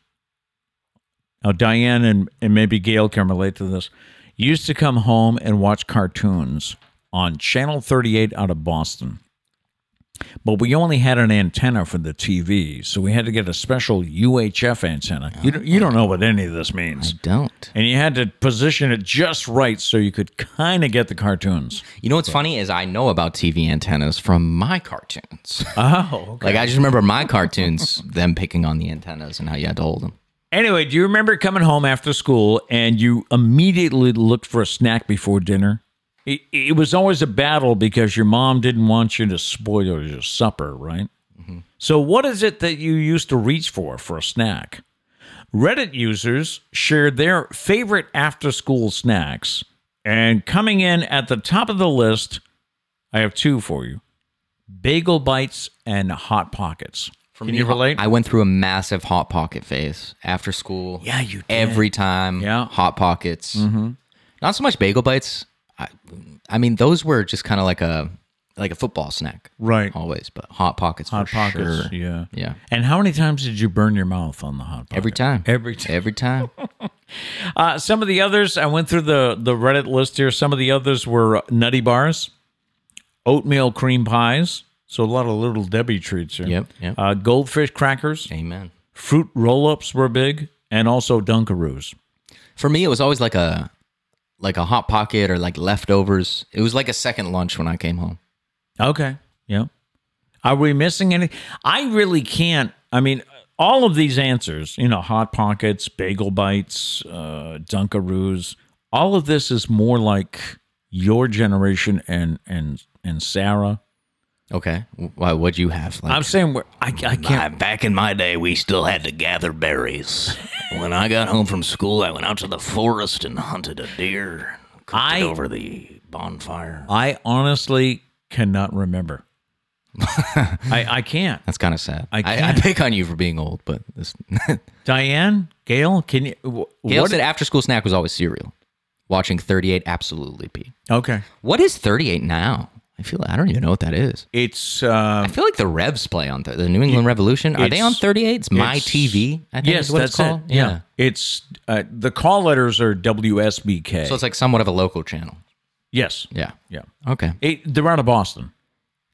B: Now, Diane and, and maybe Gail can relate to this. Used to come home and watch cartoons on Channel 38 out of Boston. But we only had an antenna for the TV, so we had to get a special UHF antenna. You don't, you don't know what any of this means.
A: Don't.
B: And you had to position it just right so you could kind of get the cartoons.
A: You know what's funny is I know about TV antennas from my cartoons. [LAUGHS]
B: Oh, okay.
A: like I just remember my
B: [LAUGHS]
A: cartoons, them picking on the antennas and how you had to hold them.
B: Anyway, do you remember coming home after school and you immediately looked for a snack before dinner? It, it was always a battle because your mom didn't want you to spoil your supper, right? So, what is it that you used to reach for for a snack? Reddit users shared their favorite after school snacks. And coming in at the top of the list, I have two for you bagel bites and hot pockets. Can you relate?
A: I went through a massive hot pocket phase after school.
B: Yeah, you did.
A: Every time.
B: Yeah. Mm-hmm.
A: Hot pockets. Not so much bagel bites. I, I mean, those were just kind of like a like a football snack,
B: Right.
A: Always, but hot pockets.
B: Hot
A: for
B: pockets.
A: Oh, sure.
B: Yeah.
A: Yeah.
B: And how many times did you burn your mouth on the hot pocket?
A: Every time.
B: Every time.
A: Every
B: [LAUGHS]
A: time.
B: Uh, some of the others, I went through the, the Reddit list here. Some of the others were uh, nutty bars, oatmeal cream pies. So a lot of little Debbie treats here.
A: Yep, yep.
B: Uh, goldfish crackers,
A: Amen.
B: fruit roll ups were big, and also Dunkaroos.
A: For me, it was always like a like a hot pocket or like leftovers. It was like a second lunch when I came home.
B: Okay. Yeah. Are we missing any? I really can't. I mean, all of these answers, you know, Hot Pockets, Bagel Bites, uh, Dunkaroos, all of this is more like your generation and and and Sarah.
A: Okay. Why? What'd you have? Like,
B: I'm saying we're, I, Mm, I
D: I,
B: can't.
D: back in my day, we still had to gather berries. when I got home from school, I went out to the forest and hunted a deer, cooked
B: I-
D: it over the bonfire.
B: I honestly cannot [LAUGHS] remember. I, I can't.
A: That's kind of sad.
B: I
A: I, I,
B: can't.
A: pick on you for being old, but this, [LAUGHS]
B: Diane, Gail, can you? wh-
A: Gail
B: what-
A: said after school snack was always cereal. Watching 38 absolutely be.
B: okay.
A: What is 38 now? I feel I don't even know what that is.
B: It's uh,
A: I feel like the Revs play on th- the New England Revolution. Are they
B: it's-
A: on 38? It's my
B: it's-
A: TV. I think
B: yes,
A: is what
B: that's
A: it's called.
B: it. Yeah, it's uh, the call letters are WSBK.
A: So it's like somewhat of a local channel.
B: yes,
A: Yeah.
B: yeah.
A: Okay.
B: It, they're out of Boston. T-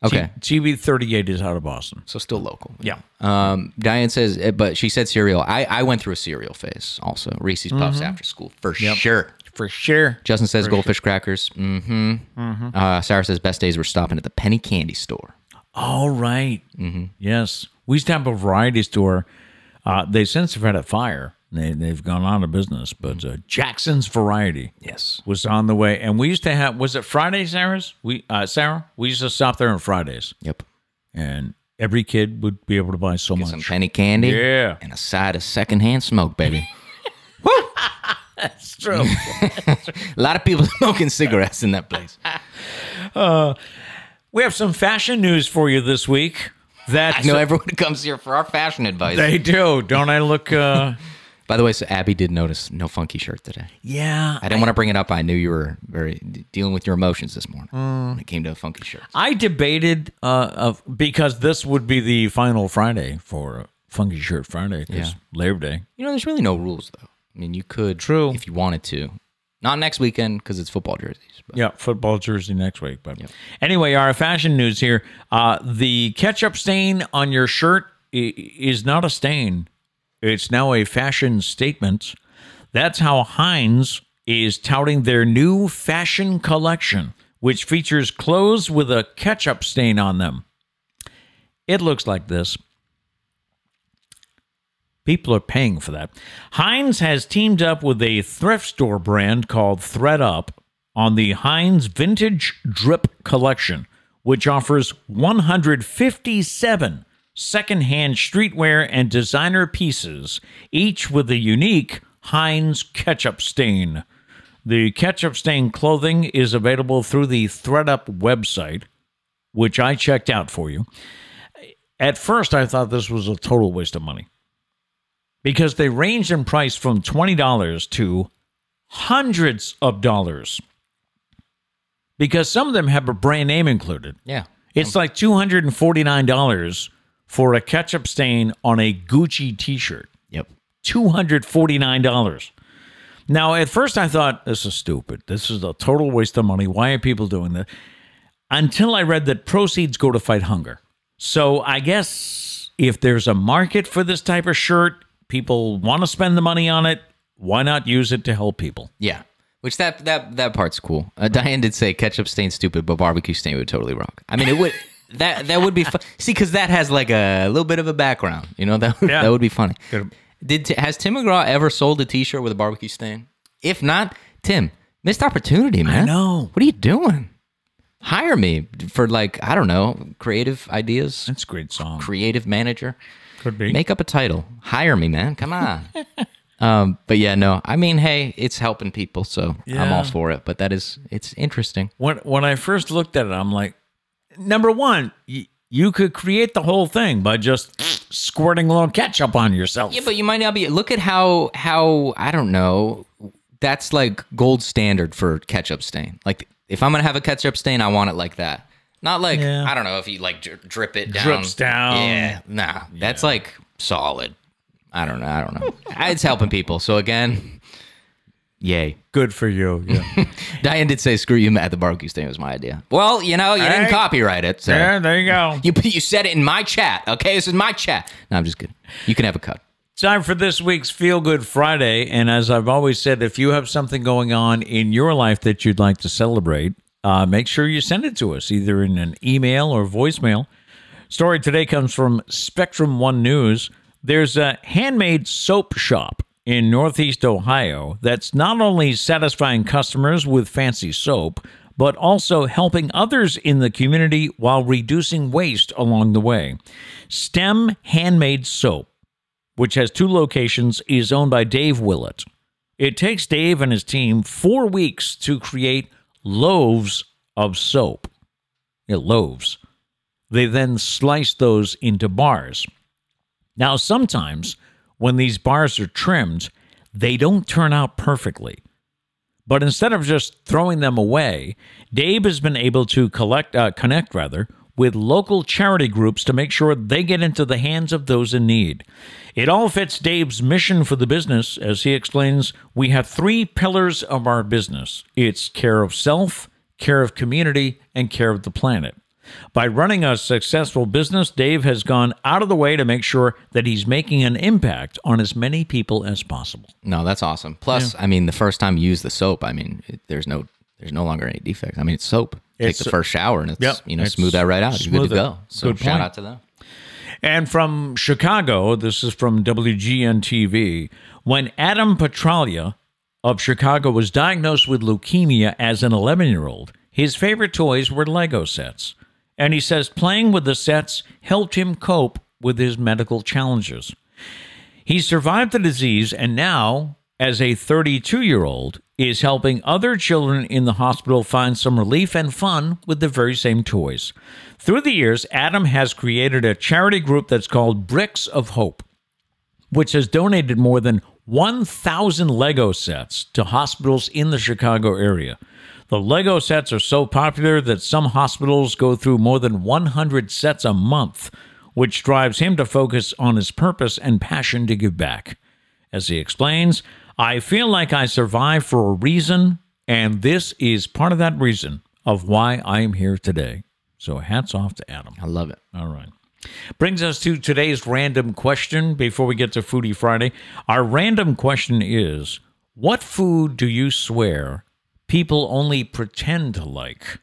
A: Okay.
B: TV thirty eight is out of Boston.
A: So still local.
B: Yeah.
A: Um, Diane says, eh, but she said cereal. I, I went through a cereal phase also. Reese's Puffs after school for sure.
B: for Mm-hmm. sure.
A: Justin says goldfish crackers. Mm-hmm. Uh, Sarah says best days were stopping at the penny candy store.
B: All right.
A: Mm-hmm.
B: Yes, we used to have a variety store. Uh, they since have had a fire. They, they've gone out of business, but uh, Jackson's Variety
D: Yes.
B: was on the way, and we used to have. Was it Friday, Sarah's? We uh, Sarah, we used to stop there on Fridays,
A: Yep.
B: and every kid would be able to buy so much.
A: Some penny candy.
B: Yeah.
A: And a side of secondhand smoke, baby. [LAUGHS]
B: It's [LAUGHS] true.
A: a lot of people [LAUGHS] smoking cigarettes in that place.
B: We have some fashion news for you this week. That [LAUGHS]
A: I know everyone comes here for our fashion advice.
B: they do, don't I look? Uh,
A: By the way, so Abby did notice no funky shirt today.
B: yeah,
A: I didn't want to bring it up. I knew you were very dealing with your emotions this morning
B: Mm.
A: when it came to a funky shirt.
B: I debated uh, of, because this would be the final Friday for Funky Shirt Friday because
A: Yeah.
B: Labor Day.
A: You know, there's really no rules though. I mean, you could
B: True.
A: if you wanted to. Not next weekend because it's football jerseys. But
B: Yeah, football jersey next week. But anyway, our fashion news here: uh, the ketchup stain on your shirt i- is not a stain; It's now a fashion statement. That's how Heinz is touting their new fashion collection, which features clothes with a ketchup stain on them. It looks like this. People are paying for that. Heinz has teamed up with a thrift store brand called Thread Up on the Heinz Vintage Drip Collection, which offers 157 secondhand streetwear and designer pieces, each with a unique Heinz ketchup stain. The ketchup stain clothing is available through the Thread Up website, which I checked out for you. At first, I thought this was a total waste of money because they range in price from $20 to hundreds of dollars. Because some of them have a brand name included.
A: Yeah.
B: It's like $249 for a ketchup stain on a Gucci t shirt.
A: Yep.
B: $249. Now, at first I thought, this is stupid. This is a total waste of money. Why are people doing this? Until I read that proceeds go to fight hunger. So I guess if there's a market for this type of shirt, people want to spend the money on it. Why not use it to help people?
A: Yeah. Which that that that part's cool. Uh, Diane did say ketchup stain stupid, but barbecue stain would totally rock. I mean, it
B: [LAUGHS]
A: would that that would be fun. See, because that has like a little bit of a background. You know that
B: Yeah.
A: that would be funny.
B: Good.
A: Did Ti- has Tim McGraw ever sold a T-shirt with a barbecue stain? If not, Tim missed opportunity, man.
B: know.
A: What are you doing? Hire me for like I don't know creative ideas,
B: That's a great song.
A: creative manager.
B: Could be.
A: Make up a title. Hire me, man. Come
B: [LAUGHS]
A: on. um, but yeah, no. I mean, hey, it's helping people, so I'm
B: Yeah.
A: all for it. But that is, it's interesting.
B: when when I first looked at it, I'm like, number one, y- you could create the whole thing by just squirting a little ketchup on yourself.
A: Yeah, but you might not be. Look at how how I don't know. That's like gold standard for ketchup stain. Like if I'm gonna have a ketchup stain, I want it like that. Not like
B: Yeah.
A: I don't know if you like dri- drip it down.
B: Drips down.
A: Yeah, nah. That's like solid. I don't know. I don't know. [LAUGHS] it's helping people. So again, yay.
B: Good for you. Yeah,
A: Diane did say, "Screw you, Matt. The barbecue stain was my idea." Well, you know, you didn't
B: Hey.
A: copyright it, so
B: yeah there you go.
A: you [LAUGHS] you said it in my chat. Okay, this is my chat. No, I'm just kidding. You can have a cut.
B: Time for this week's Feel Good Friday. And as I've always said, if you have something going on in your life that you'd like to celebrate, uh, make sure you send it to us either in an email or voicemail. Story today comes from Spectrum One News. There's a handmade soap shop in Northeast Ohio that's not only satisfying customers with fancy soap, but also helping others in the community while reducing waste along the way. STEM Handmade Soap which has two locations, is owned by Dave Willett. It takes Dave and his team four weeks to create loaves of soap. Yeah, loaves. They then slice those into bars. Now, sometimes when these bars are trimmed, they don't turn out perfectly. But instead of just throwing them away, Dave has been able to collect, uh, connect rather, with local charity groups to make sure they get into the hands of those in need. It all fits Dave's mission for the business. As he explains, we have three pillars of our business it's care of self, care of community, and care of the planet. By running a successful business, Dave has gone out of the way to make sure that he's making an impact on as many people as possible.
A: No, that's awesome. Plus, I mean, the first time you use the soap, I mean, it, there's no there's no longer any defects. I mean, it's soap. Take
B: It's-
A: the first shower and it's
B: Yep.
A: you know
B: It's
A: smooth that right out. You're good
B: smooth it.
A: to go. So
B: Good
A: shout
B: point.
A: out to them.
B: And from Chicago, this is from WGN TV. When Adam Petralia of Chicago was diagnosed with leukemia as an 11 year old, his favorite toys were Lego sets. And he says playing with the sets helped him cope with his medical challenges. He survived the disease and now, as a 32 year old, is helping other children in the hospital find some relief and fun with the very same toys. Through the years, Adam has created a charity group that's called Bricks of Hope, which has donated more than 1,000 Lego sets to hospitals in the Chicago area. The Lego sets are so popular that some hospitals go through more than 100 sets a month, which drives him to focus on his purpose and passion to give back. As he explains, I feel like I survived for a reason, and this is part of that reason of why I am here today. So hats off to Adam.
A: I love it.
B: All right. Brings us to today's random question before we get to Foodie Friday. Our random question is What food do you swear people only pretend to like?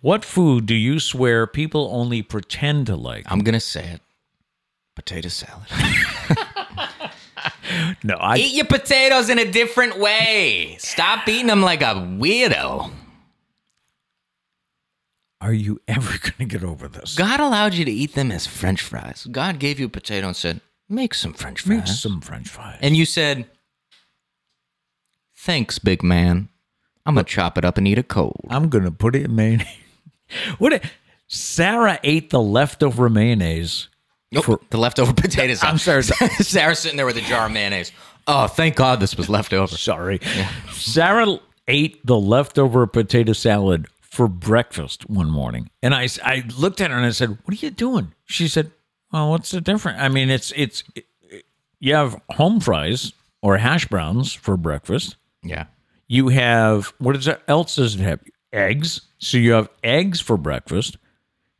B: What food do you swear people only pretend to like?
A: I'm gonna say it. Potato salad. [LAUGHS]
B: No, I,
A: Eat your potatoes in a different way. Stop eating them like a weirdo.
B: are you ever [LAUGHS] going to get over this?
A: God allowed you to eat them as French fries. God gave you a potato and said, "Make some French fries."
B: Make some French fries.
A: And you said, "Thanks, big man. I'm gonna chop it up and eat a cold."
B: I'm gonna put it in mayonnaise. [LAUGHS] what? A, Sarah ate the leftover mayonnaise.
A: Nope, the leftover [LAUGHS] potato salad.
B: I'm sorry.
A: Sarah's sitting there with a jar of mayonnaise. Oh, thank God this was leftover.
B: [LAUGHS] Sorry, Sarah ate the leftover potato salad for breakfast one morning, and I s- I looked at her and I said, "What are you doing?" She said, "Well, what's the difference? I mean, it's it's it, you have home fries or hash browns for breakfast.
A: Yeah.
B: You have what is it else does it have? Eggs. So you have eggs for breakfast.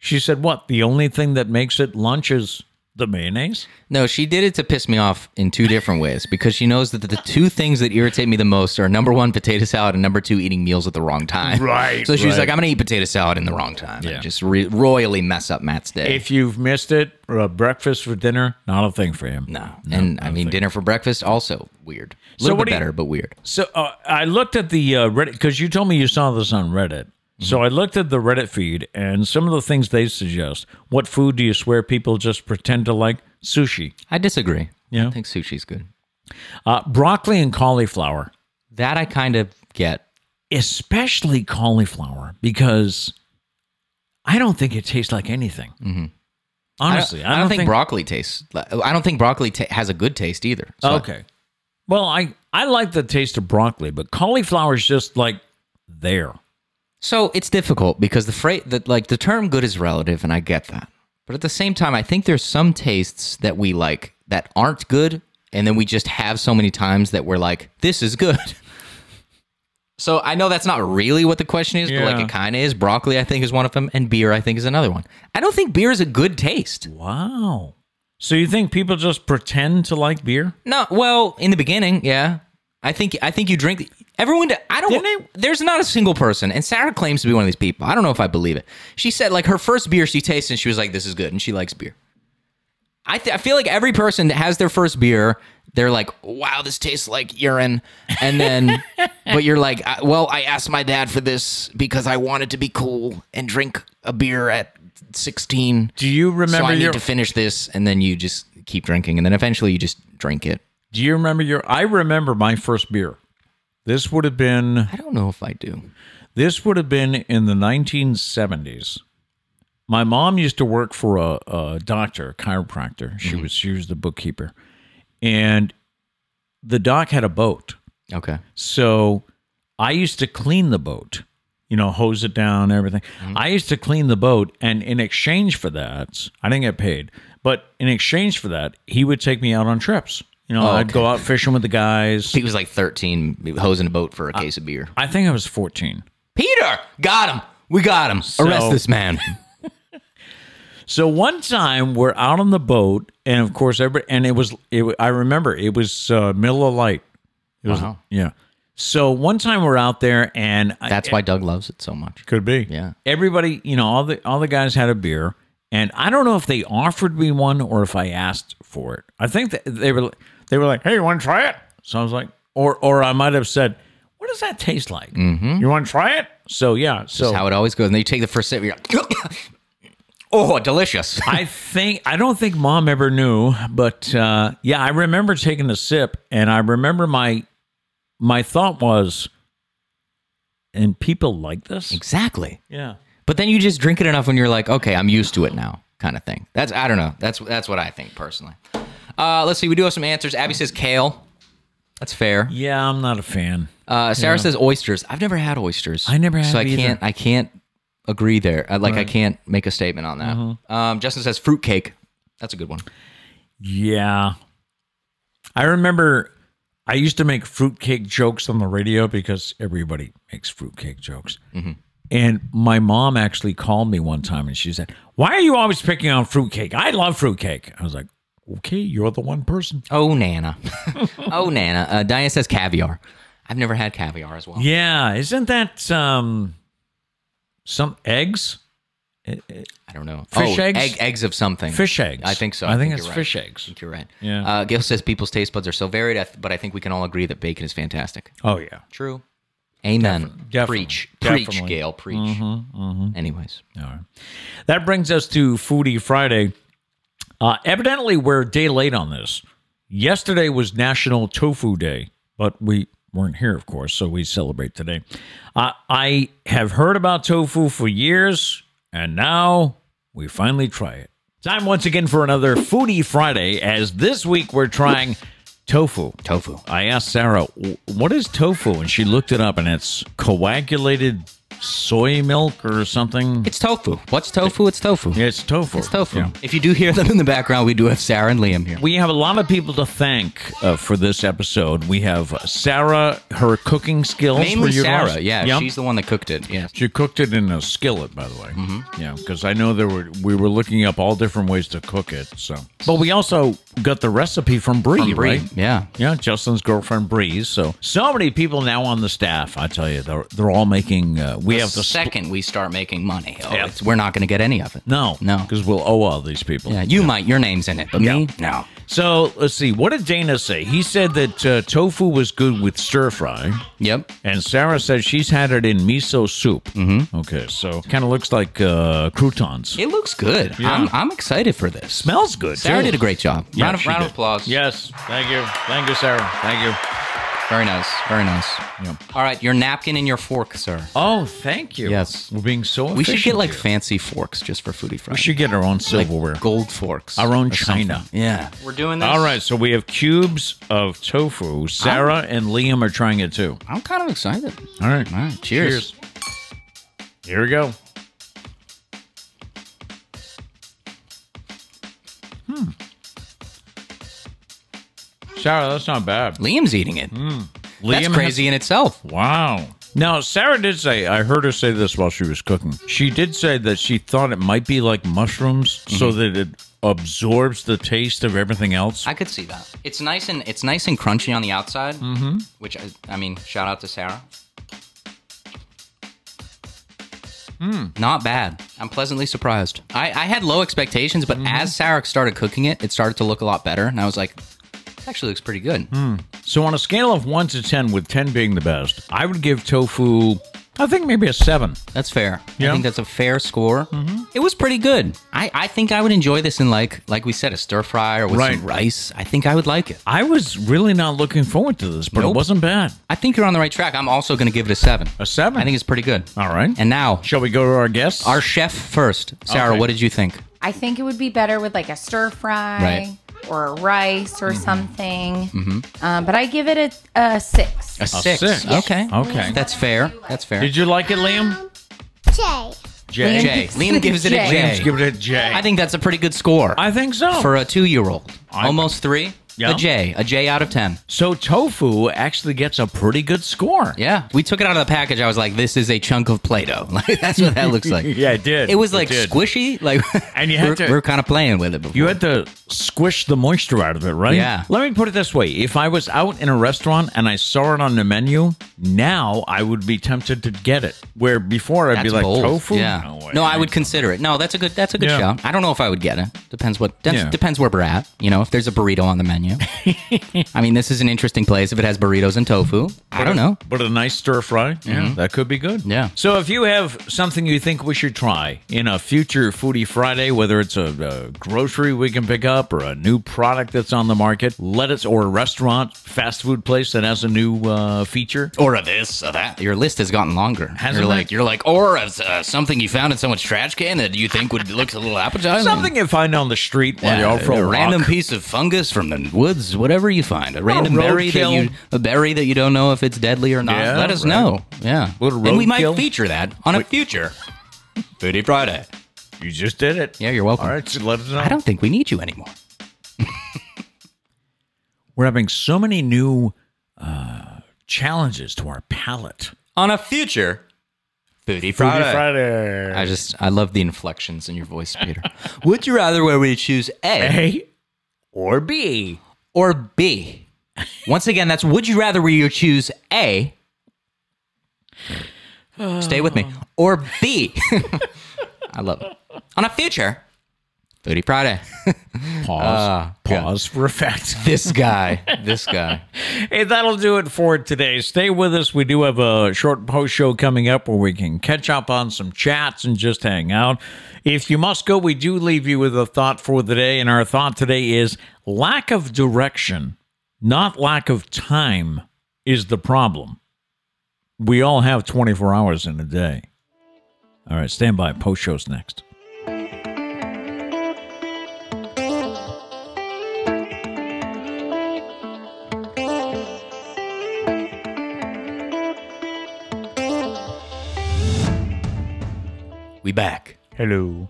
B: She said, What? The only thing that makes it lunch is the mayonnaise?
A: No, she did it to piss me off in two different ways because she knows that the two things that irritate me the most are number one, potato salad, and number two, eating meals at the wrong time.
B: Right,
A: So she was
B: right.
A: like, I'm going to eat potato salad in the wrong time.
B: Yeah.
A: And just re- royally mess up Matt's day.
B: If you've missed it, uh, breakfast for dinner, not a thing for him.
A: no. And I mean, dinner for breakfast, also weird. A
B: So
A: little
B: what
A: bit
B: do you-
A: better, but weird.
B: So uh, I looked at the uh, Reddit because you told me you saw this on Reddit.
A: Mm-hmm.
B: So I looked at the Reddit feed and some of the things they suggest. What food do you swear people just pretend to like? Sushi,
A: I disagree.
B: Yeah.
A: I think sushi's good.
B: uh, broccoli, and cauliflower.
A: That I kind of get.
B: especially cauliflower because I don't think it tastes like anything. Honestly,
A: Mm-hmm. I don't, I don't think, broccoli tastes. I don't think broccoli ta- has a good taste either. So
B: okay. Well, I I like the taste of broccoli, but cauliflower's just like there.
A: So it's difficult because the phrase that like the term good is relative and I get that. But at the same time I think there's some tastes that we like that aren't good and then we just have so many times that we're like this is good. [LAUGHS] so I know that's not really what the question is, but
B: Yeah.
A: like it kind of is. Broccoli I think is one of them and beer I think is another one. I don't think beer is a good taste.
B: Wow. So you think people just pretend to like beer?
A: No, well, in the beginning, yeah. I think I think you drink everyone d- I don't
B: Didn't
A: there's not a single person and Sarah claims to be one of these people. I don't know if I believe it. She said like her first beer she tasted and she was like this is good and she likes beer. I th- I feel like every person that has their first beer they're like, wow, this tastes like urine. And
B: [LAUGHS]
A: then, but you're like, I, well, I asked my dad for this because I wanted to be cool and drink a beer at 16.
B: Do you
A: so
B: remember
A: I need
B: your
A: to finish this. And then you just keep drinking. And then eventually you just drink it.
B: Do you remember your I remember my first beer. This would have been
A: I don't know if I do.
B: This would have been in the 1970s. My mom used to work for a, a doctor, a chiropractor. She
A: Mm-hmm.
B: was she was the bookkeeper, and the doc had a boat.
A: Okay.
B: So I used to clean the boat, you know, hose it down, everything.
A: Mm-hmm.
B: I used to clean the boat, and in exchange for that, I didn't get paid, but in exchange for that, he would take me out on trips. You know,
A: Oh,
B: I'd
A: okay.
B: go out fishing with the guys.
A: He was like 13, hosing a boat for a case of beer.
B: I think I was 14.
A: Peter! Got him! We got him. Arrest this man.
B: So one time we're out on the boat, and of course, every and it was it, wa- I remember it was uh, middle of light. It was
A: Wow.
B: yeah. So one time we're out there, and
A: [LAUGHS]
B: I-
A: That's why Doug loves it so much.
B: could be
A: Yeah.
B: Everybody, you know, all the all the guys had a beer, and I don't know if they offered me one or if I asked for it. I think that they were they were like, "Hey, you want to try it?" So I was like, or or I might have said, "What does that taste like? You want to try it?" So yeah, so
A: How it always goes. And then you take the first sip, you're like, [COUGHS] oh, delicious.
B: [LAUGHS] I think I don't think mom ever knew, but uh, yeah, I remember taking a sip, and I remember my my thought was, and people like this,
A: exactly.
B: yeah.
A: But then you just drink it enough when you're like, okay, I'm used to it now, kind of thing. That's, I don't know. That's, that's what I think personally. Uh, let's see. We do have some answers. Abby says kale. That's fair.
B: Yeah, I'm not a fan.
A: Uh, Sarah says oysters. I've never had oysters.
B: I never have
A: so I
B: either.
A: can't. I can't agree there. I, like I can't make a statement on that.
B: Mm-hmm.
A: Um, Justin says fruitcake. That's a good one.
B: Yeah, I remember I
A: Mm-hmm.
B: used to make fruitcake jokes on the radio because everybody makes fruitcake jokes. And my mom actually called me one time and she said, Why are you always picking on fruitcake? I love fruitcake. I was like, Okay, you're the one person.
A: Oh,
B: [LAUGHS]
A: Nana. oh, Nana. Uh, Diane says caviar. I've never had caviar as well.
B: Yeah, isn't that um some eggs?
A: I don't know.
B: Fish
A: oh,
B: eggs?
A: Egg, eggs of something.
B: Fish eggs.
A: I think so.
B: I, think,
A: you're
B: it's
A: right.
B: fish
A: I
B: eggs.
A: think you're right.
B: Yeah.
A: Uh, Gil says people's taste buds are so varied, I th- but I think we can all agree that bacon is fantastic.
B: Oh yeah.
A: True. Amen.
B: Definitely.
A: Preach.
B: Definitely. Mm-hmm,
A: Preach, Gail. Preach. Anyways.
B: All right. That brings us to Foodie Friday. Uh, evidently, we're a day late on this. Yesterday was National Tofu Day, but we weren't here, of course, so we celebrate today. Uh, I have heard about tofu for years, and now we finally try it. Time once again for another Foodie Friday, as this week we're trying tofu.
A: Tofu.
B: I asked Sarah, "W- what is tofu? And she looked it up, and it's coagulated soy milk or something.
A: It's tofu. What's tofu? It's tofu.
B: Yeah, It's tofu.
A: It's tofu.
B: Yeah.
A: If you do hear them in the background, we do have Sarah and Liam here.
B: We have a lot of people to thank uh, for this episode. We have Sarah, her cooking skills. were
A: Mainly
B: utilized.
A: Sarah. Yeah,
B: Yep.
A: She's the one that cooked it. Yeah.
B: she cooked it in a skillet, by the way.
A: Mm-hmm.
B: Yeah, because I know there were we were looking up all different ways to cook it. So, but we also got the recipe from Bree,
A: From Bree,
B: right?
A: yeah.
B: yeah, Justin's girlfriend Bree. So, so many people now on the staff. I tell you, they're they're all making. Uh, we have
A: the
B: to
A: second we start making money, oh,
B: Yeah.
A: it's- we're not going to get any of it.
B: no,
A: No.
B: because we'll owe all these people.
A: Yeah, you might. Your name's in it, but me, no.
B: So let's see. What did Dana say? He said that uh, tofu was good with stir fry,
A: Yep.
B: and Sarah says she's had it in miso soup. Mm-hmm. Okay, so kind of looks like uh, croutons.
A: It looks good. I'm, I'm excited for this.
B: smells good.
A: Sarah
B: too.
A: did a great job.
B: Yeah,
A: round of,
B: she
A: round
B: did.
A: of applause.
B: Yes, thank you, thank you, Sarah, thank you.
A: Very nice. Very nice.
B: Yep.
A: All right, your napkin and your fork, sir.
B: Oh, thank you.
A: Yes.
B: we're being so.
A: We should
B: efficient
A: get like
B: here.
A: fancy forks just for foodie fries.
B: we should get our own
A: like
B: silverware,
A: gold forks.
B: our own
A: or something.
B: china.
A: Yeah. We're doing this.
B: All right, so we have cubes of tofu. Sarah and Liam are trying it too.
A: I'm kind of excited.
B: All right.
A: All right. Cheers.
B: Here we go. Hmm. Sarah, that's not bad.
A: Liam's eating it. That's
B: Liam
A: crazy in itself.
B: has- wow. Now, Sarah did say, I heard her say this while she was cooking. She did say that she thought it might be like mushrooms so that it absorbs the taste of everything else.
A: Mm-hmm. I could see that. It's nice and it's nice and crunchy on the outside. Mm-hmm. Which I, I mean, shout out to Sarah. Not bad. I'm pleasantly surprised. I, I had low expectations, but as Sarah started cooking it, it started to look a lot better, and I was like, "This actually looks pretty good."
B: so, on a scale of one to 10, with 10 being the best, I would give tofu, I think maybe a seven.
A: That's fair.
B: Yeah.
A: I think that's a fair score. It was pretty good. I, I think I would enjoy this in like like we said, a stir fry or with
B: Right.
A: some rice. I think I would like it.
B: I was really not looking forward to this, but it
A: Nope.
B: wasn't bad.
A: I think you're on the right track. I'm also going to give it a seven.
B: A seven?
A: I think it's pretty good.
B: All right.
A: And now
B: Shall we go to our guests?
A: Our chef first. Sarah,
B: Okay.
A: what did you think?
E: I think it would be better with like a stir fry
A: Right.
E: or a rice or something. Um, but I give it a, a six.
A: A six.
B: six.
A: Okay.
B: Okay.
A: That's fair. That's fair.
B: Did you like it, Liam?
F: J.
B: Jay.
A: Jay. Liam gives it a
E: Jay.
A: J.
B: Let's give it a J.
A: I think that's a pretty good score
B: I think so.
A: for a two-year-old.
B: I-
A: Almost three.
B: Yeah.
A: A J. A J out of ten.
B: so tofu actually gets a pretty good score.
A: Yeah. We took it out of the package. I was like, this is a chunk of Play-Doh. [LAUGHS] Like, that's what that looks like.
B: [LAUGHS] Yeah, it did.
A: It was like
B: did.
A: squishy. Like,
B: And you
A: [LAUGHS]
B: had
A: we're,
B: to-
A: we're kind of playing with it before.
B: You had to squish the moisture out of it, right?
A: Yeah.
B: Let me put it this way: if I was out in a restaurant and I saw it on the menu, now I would be tempted to get it. Where before I'd
A: that's
B: be like
A: bold.
B: tofu.
A: Yeah.
B: No, way.
A: I would consider it. No, that's a good. That's a good
B: Yeah.
A: shout. I don't know if I would get it. Depends what. Depends,
B: Yeah.
A: depends where we're at. You know, if there's a burrito on the
B: [LAUGHS]
A: menu. I mean, this is an interesting place if it has burritos and tofu. I don't know.
B: But a nice stir fry, yeah, that could be good.
A: Mm-hmm. Yeah.
B: So if you have something you think we should try in a future Foodie Friday, whether it's a, a grocery we can pick up or a new product that's on the market, let us or a restaurant, fast food place that has a new uh, feature.
A: Or of this, or that. Your list has gotten longer.
B: Hasn't
A: you're
B: it?
A: like you're like, or of uh, something you found in someone's trash can that you think would look a little appetizing.
B: Something you find on the street while
A: Yeah,
B: you're out for a,
A: a
B: walk.
A: random piece of fungus from the woods, whatever you find, a random
B: roadkill.
A: berry that you a berry that you don't know if it's deadly or not.
B: Yeah,
A: Let us
B: right.
A: know. Yeah,
B: Little
A: and we might
B: roadkill.
A: feature that on a future Foodie Friday.
B: You just did it.
A: Yeah, you're welcome.
B: All right, so let us know.
A: I don't think we need you anymore.
B: We're having so many new uh, challenges to our palate.
A: On a future Foodie Friday.
B: Friday.
A: I just I love the inflections in your voice, Peter. [LAUGHS] Would you rather where we choose A
B: A or B?
A: or B? Once again, that's would you rather where you choose A. Stay with me. Or B. [LAUGHS] I love it. On a future Foodie Friday.
B: Pause.
A: yeah.
B: uh, pause for effect.
A: [LAUGHS] This guy. This guy.
B: Hey, that'll do it for today. Stay with us. We do have a short post show coming up where we can catch up on some chats and just hang out. If you must go, we do leave you with a thought for the day. And our thought today is lack of direction, not lack of time, is the problem. We all have 24 hours in a day. All right, stand by. Post show's next.
A: We back.
B: Hello.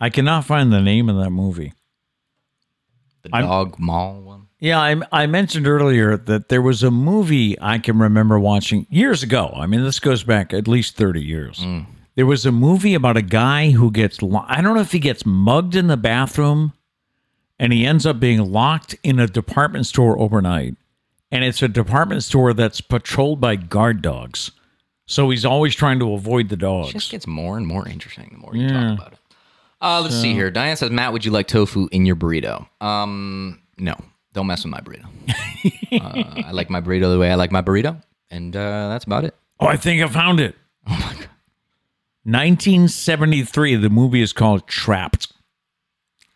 B: I cannot find the name of that movie.
A: The
B: I'm-
A: dog mall one.
B: Yeah, I, I mentioned earlier that there was a movie I can remember watching years ago. I mean, this goes back at least 30 years. There was a movie about a guy who gets, lo- I don't know if he gets mugged in the bathroom and he ends up being locked in a department store overnight. And it's a department store that's patrolled by guard dogs. So he's always trying to avoid the
A: It just
B: dogs.
A: gets more and more interesting the more you talk about it. Uh, let's see here. Diane says, Matt, would you like tofu in your burrito? Um, no, don't mess with my
B: [LAUGHS]
A: burrito. uh, I like my burrito the way I like my burrito, and uh, that's about it.
B: Oh, I think I found it. 1973. The movie is called Trapped.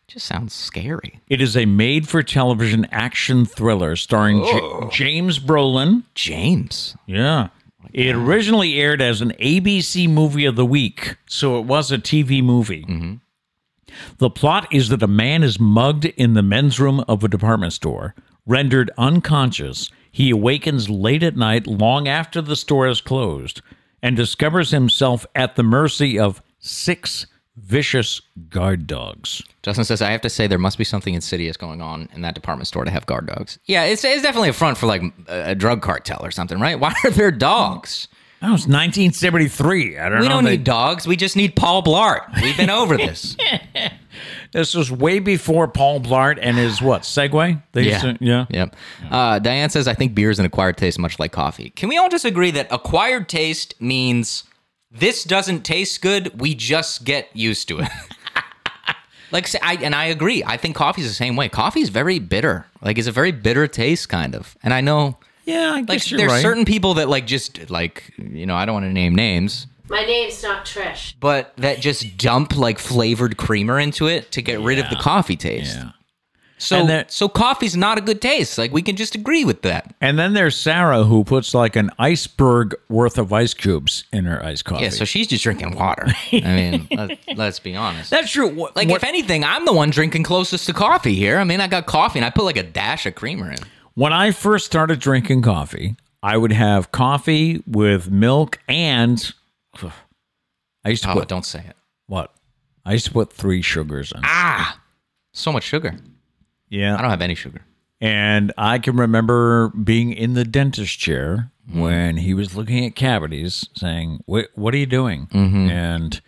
A: Just sounds scary.
B: It is a made for television action thriller starring J- James Brolin.
A: James,
B: Yeah. It originally aired as an ABC movie of the week, so it was a TV movie. The plot is that a man is mugged in the men's room of a department store, rendered unconscious. He awakens late at night, long after the store is closed, and discovers himself at the mercy of six vicious guard dogs.
A: Justin says, I have to say there must be something insidious going on in that department store to have guard dogs. Yeah, it's, it's definitely a front for like a, a drug cartel or something, right? [LAUGHS] Why are there dogs?
B: That was 1973. I don't
A: We
B: know.
A: don't
B: they-
A: need dogs. We just need Paul Blart. We've been
B: [LAUGHS]
A: over this.
B: This was way before Paul Blart and his what Segway? They used to- yeah.
A: Yep. Uh, Diane says, I think beer is an acquired taste, much like coffee. Can we all just agree that acquired taste means this doesn't taste good? We just get used to it. [LAUGHS] like, say- I, and I agree. I think coffee's the same way. Coffee's very bitter. Like, it's a very bitter taste, kind of. And I know,
B: Yeah, I guess
A: like,
B: you're
A: there's
B: right.
A: certain people that, like, just, like, you know, I don't want to name names,
C: My name's not Trish.
A: but that just dump, like, flavored creamer into it to get rid of the coffee taste.
B: yeah.
A: So,
B: And that-
A: so coffee's not a good taste. Like, we can just agree with that.
B: And then there's Sarah who puts like an iceberg worth of ice cubes in her iced coffee.
A: Yeah, so she's just drinking water. I
B: [LAUGHS]
A: mean, let, let's be honest.
B: that's true. What,
A: like,
B: what-
A: if anything, I'm the one drinking closest to coffee here. I mean, I got coffee and I put like a dash of creamer in.
B: when I first started drinking coffee, I would have coffee with milk and I used to
A: Oh,
B: put
A: don't say it.
B: what? I used to put three sugars in.
A: Ah, so much sugar.
B: yeah,
A: I don't have any sugar.
B: And I can remember being in the dentist chair
A: Mm-hmm.
B: when he was looking at cavities, saying, "Wait, what are you doing?"
A: Mm-hmm.
B: And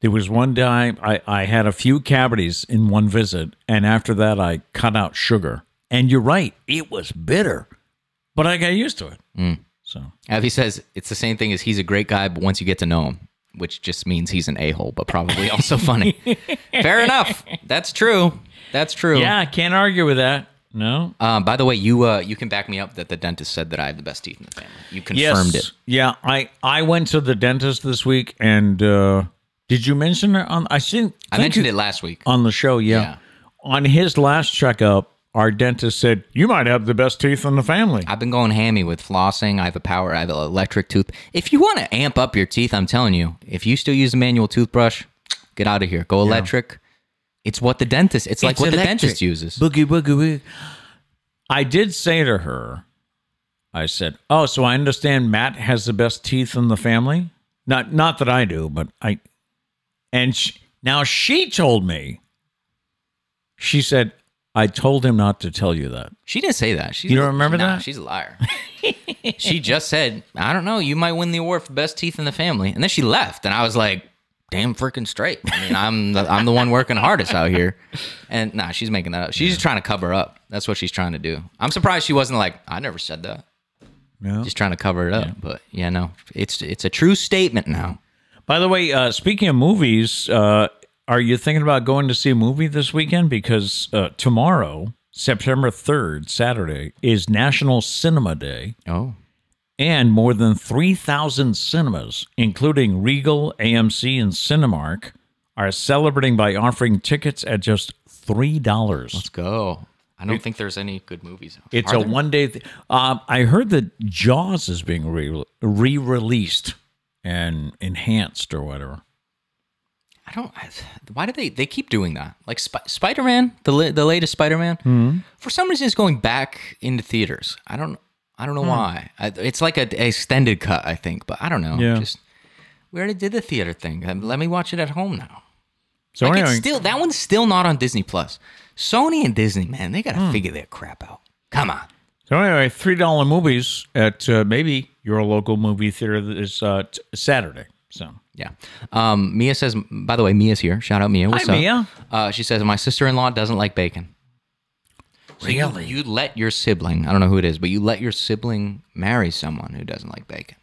B: there was one time I, I had a few cavities in one visit, and after that I cut out sugar. And you're right, it was bitter, but I got used to it. So
A: Avi says it's the same thing as he's a great guy, but once you get to know him, which just means he's an a hole, but probably
B: [LAUGHS]
A: also funny. Fair enough. That's true. That's true.
B: yeah, I can't argue with that. No,
A: Um, by the way, you uh, you can back me up that the dentist said that I have the best teeth in the family. You confirmed
B: yes,
A: it.
B: yeah. I I went to the dentist this week, and uh, did you mention it on? I think
A: I mentioned it last week.
B: on the show. Yeah.
A: Yeah.
B: On his last checkup, our dentist said, "You might have the best teeth in the family."
A: I've been going hammy with flossing. I have a power. I have an electric tooth. If you want to amp up your teeth, I'm telling you, if you still use a manual toothbrush, get out of here. Go electric. It's what the dentist. It's, like what the dentist uses.
B: Boogie boogie boogie. I did say to her, I said, "Oh, so I understand Matt has the best teeth in the family. Not not that I do, but I." And sh now she told me. She said, I told him not to tell you that.
A: She didn't say that. She's,
B: You don't remember
A: nah,
B: that?
A: She's a
B: [LAUGHS]
A: liar. she just said, I don't know, you might win the award for best teeth in the family. And then she left. And I was like, damn freaking straight. I mean, I'm the, I'm the one working hardest out here. And nah, she's making that up. She's just trying to cover up. That's what she's trying to do. I'm surprised she wasn't like, I never said that.
B: Yeah.
A: Just trying to cover it up. But yeah, no, it's, it's a true statement now.
B: By the way, uh, speaking of movies, uh, are you thinking about going to see a movie this weekend? Because uh, tomorrow, September 3rd, Saturday, is National Cinema Day,
A: Oh.
B: and more than 3,000 cinemas, including Regal, AMC, and Cinemark, are celebrating by offering tickets at just $3.
A: Let's go. I don't think there's any good movies.
B: It's
A: Are
B: a
A: there?
B: one day. Th- um, I heard that Jaws is being re released and enhanced or whatever.
A: I don't. I, why do they? They keep doing that. Like Sp- Spider Man, the la- the latest Spider Man.
B: Mm-hmm.
A: For some reason, it's going back into theaters. I don't. I don't
B: Hmm.
A: know why. I, it's like an extended cut, I think. But I don't know.
B: Yeah.
A: Just we already did the theater thing. Um, Let me watch it at home now.
B: So,
A: like
B: anyway.
A: it's still that one's still not on Disney Plus. Sony and Disney, man, they
B: Hmm.
A: gotta figure their crap out. Come on.
B: So anyway, three dollar movies at uh, maybe your local movie theater this uh, t- Saturday. So
A: Yeah. Um, Mia says. By the way, Mia's here. Shout out Mia. What's up?
B: Mia.
A: Uh, she says my sister-in-law doesn't like bacon. So you-
B: Really?
A: You, let your sibling. I don't know who it is, but you let your sibling marry someone who doesn't like bacon.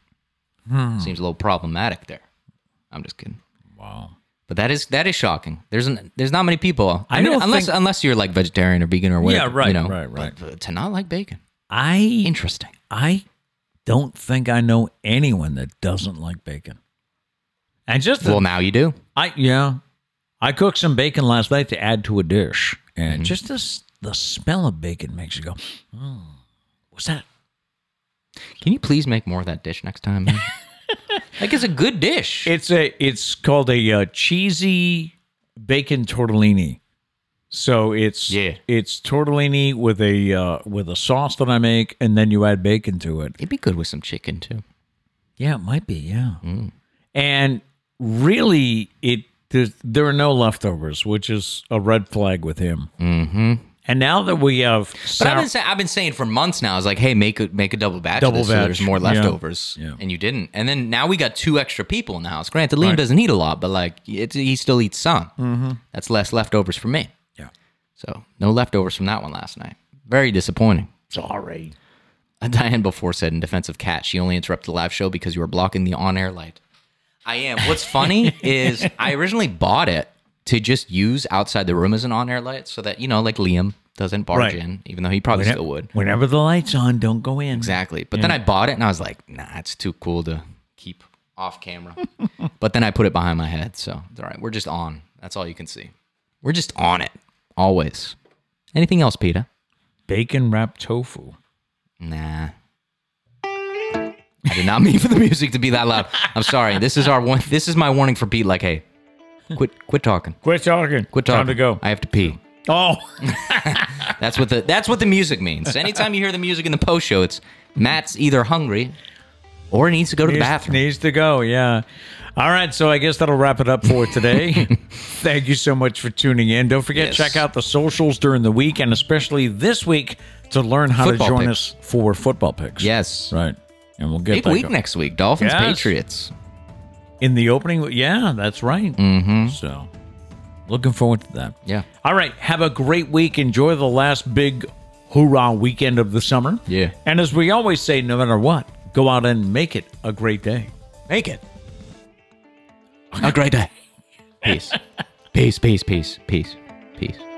B: Hmm.
A: Seems a little problematic there. I'm just kidding.
B: wow.
A: But that is that is shocking. There's n there's not many people.
B: I
A: I mean,
B: don't
A: unless
B: think-
A: unless you're like vegetarian or vegan or whatever.
B: right,
A: you know,
B: right, right.
A: But, uh, to not like bacon,
B: I
A: interesting.
B: I don't think I know anyone that doesn't like bacon. And just the-
A: Well, now you do.
B: I yeah, I cooked some bacon last night to add to a dish, and just this the smell of bacon makes you go, mm, "What's that?"
A: Can you please make more of that dish next time?
B: [LAUGHS]
A: man? like it's a good dish.
B: It's a it's called a uh, cheesy bacon tortellini. So it's
A: Yeah.
B: it's tortellini with a uh, with a sauce that I make, and then you add bacon to it.
A: It'd be good with some chicken too.
B: Yeah, it might be. Yeah, Mm. and really, it there's, there are no leftovers, which is a red flag with him. Mm-hmm. And now that we have
A: But I've
B: sour,
A: been saying I've been saying for months now. I was like, hey, make a make a double batch.
B: Double
A: of this So
B: batch,
A: there's more
B: yeah.
A: leftovers,
B: Yeah.
A: and you didn't. And then now we got two extra people in the house. Granted, Liam
B: Right. Mm-hmm.
A: doesn't eat a lot, but like it's, he still eats some. That's less leftovers for me.
B: Yeah.
A: So no leftovers from that one last night. Very disappointing.
B: sorry.
A: Uh, [LAUGHS] Diane before said in defense of Kat, she only interrupted the live show because you were blocking the on air light. I am. What's funny is I originally bought it to just use outside the room as an on air light so that, you know, like Liam doesn't barge
B: Right.
A: in, even though he probably still would.
B: Whenever the lights on, don't go in.
A: Exactly. But then I bought it and I was like, nah, it's too cool to keep off camera. but then I put it behind my head. So it's all right. We're just on. That's all you can see. We're just on it. Always. Anything else, Peter?
B: Bacon wrapped tofu.
A: Nah. I did not mean for the music to be that loud. I'm sorry. This is our one this is my warning for Pete, like, hey, quit quit talking.
B: Quit talking.
A: Quit talking.
B: Time to go.
A: I have to pee.
B: oh,
A: That's what the that's what the music means. Anytime you hear the music in the post show, it's Matt's either hungry or he needs to go to the
B: needs,
A: bathroom.
B: needs to go. Yeah. All right. So I guess that'll wrap it up
A: [LAUGHS]
B: for today. Thank you so much for tuning in. Don't forget
A: Yes.
B: check out the socials during the week and especially this week to learn how
A: Football
B: to join
A: picks.
B: us for football picks.
A: Yes.
B: Right. And we'll get
A: Big
B: back
A: week
B: up.
A: next week. Dolphins,
B: Yes.
A: Patriots.
B: in the opening. Yeah, that's right. Mm-hmm. So looking forward to that.
A: Yeah.
B: All right. Have a great week. Enjoy the last big hoorah weekend of the summer.
A: Yeah.
B: And as we always say, no matter what, go out and make it a great day.
A: Make it. A great day. Peace. peace, peace, peace, peace, peace.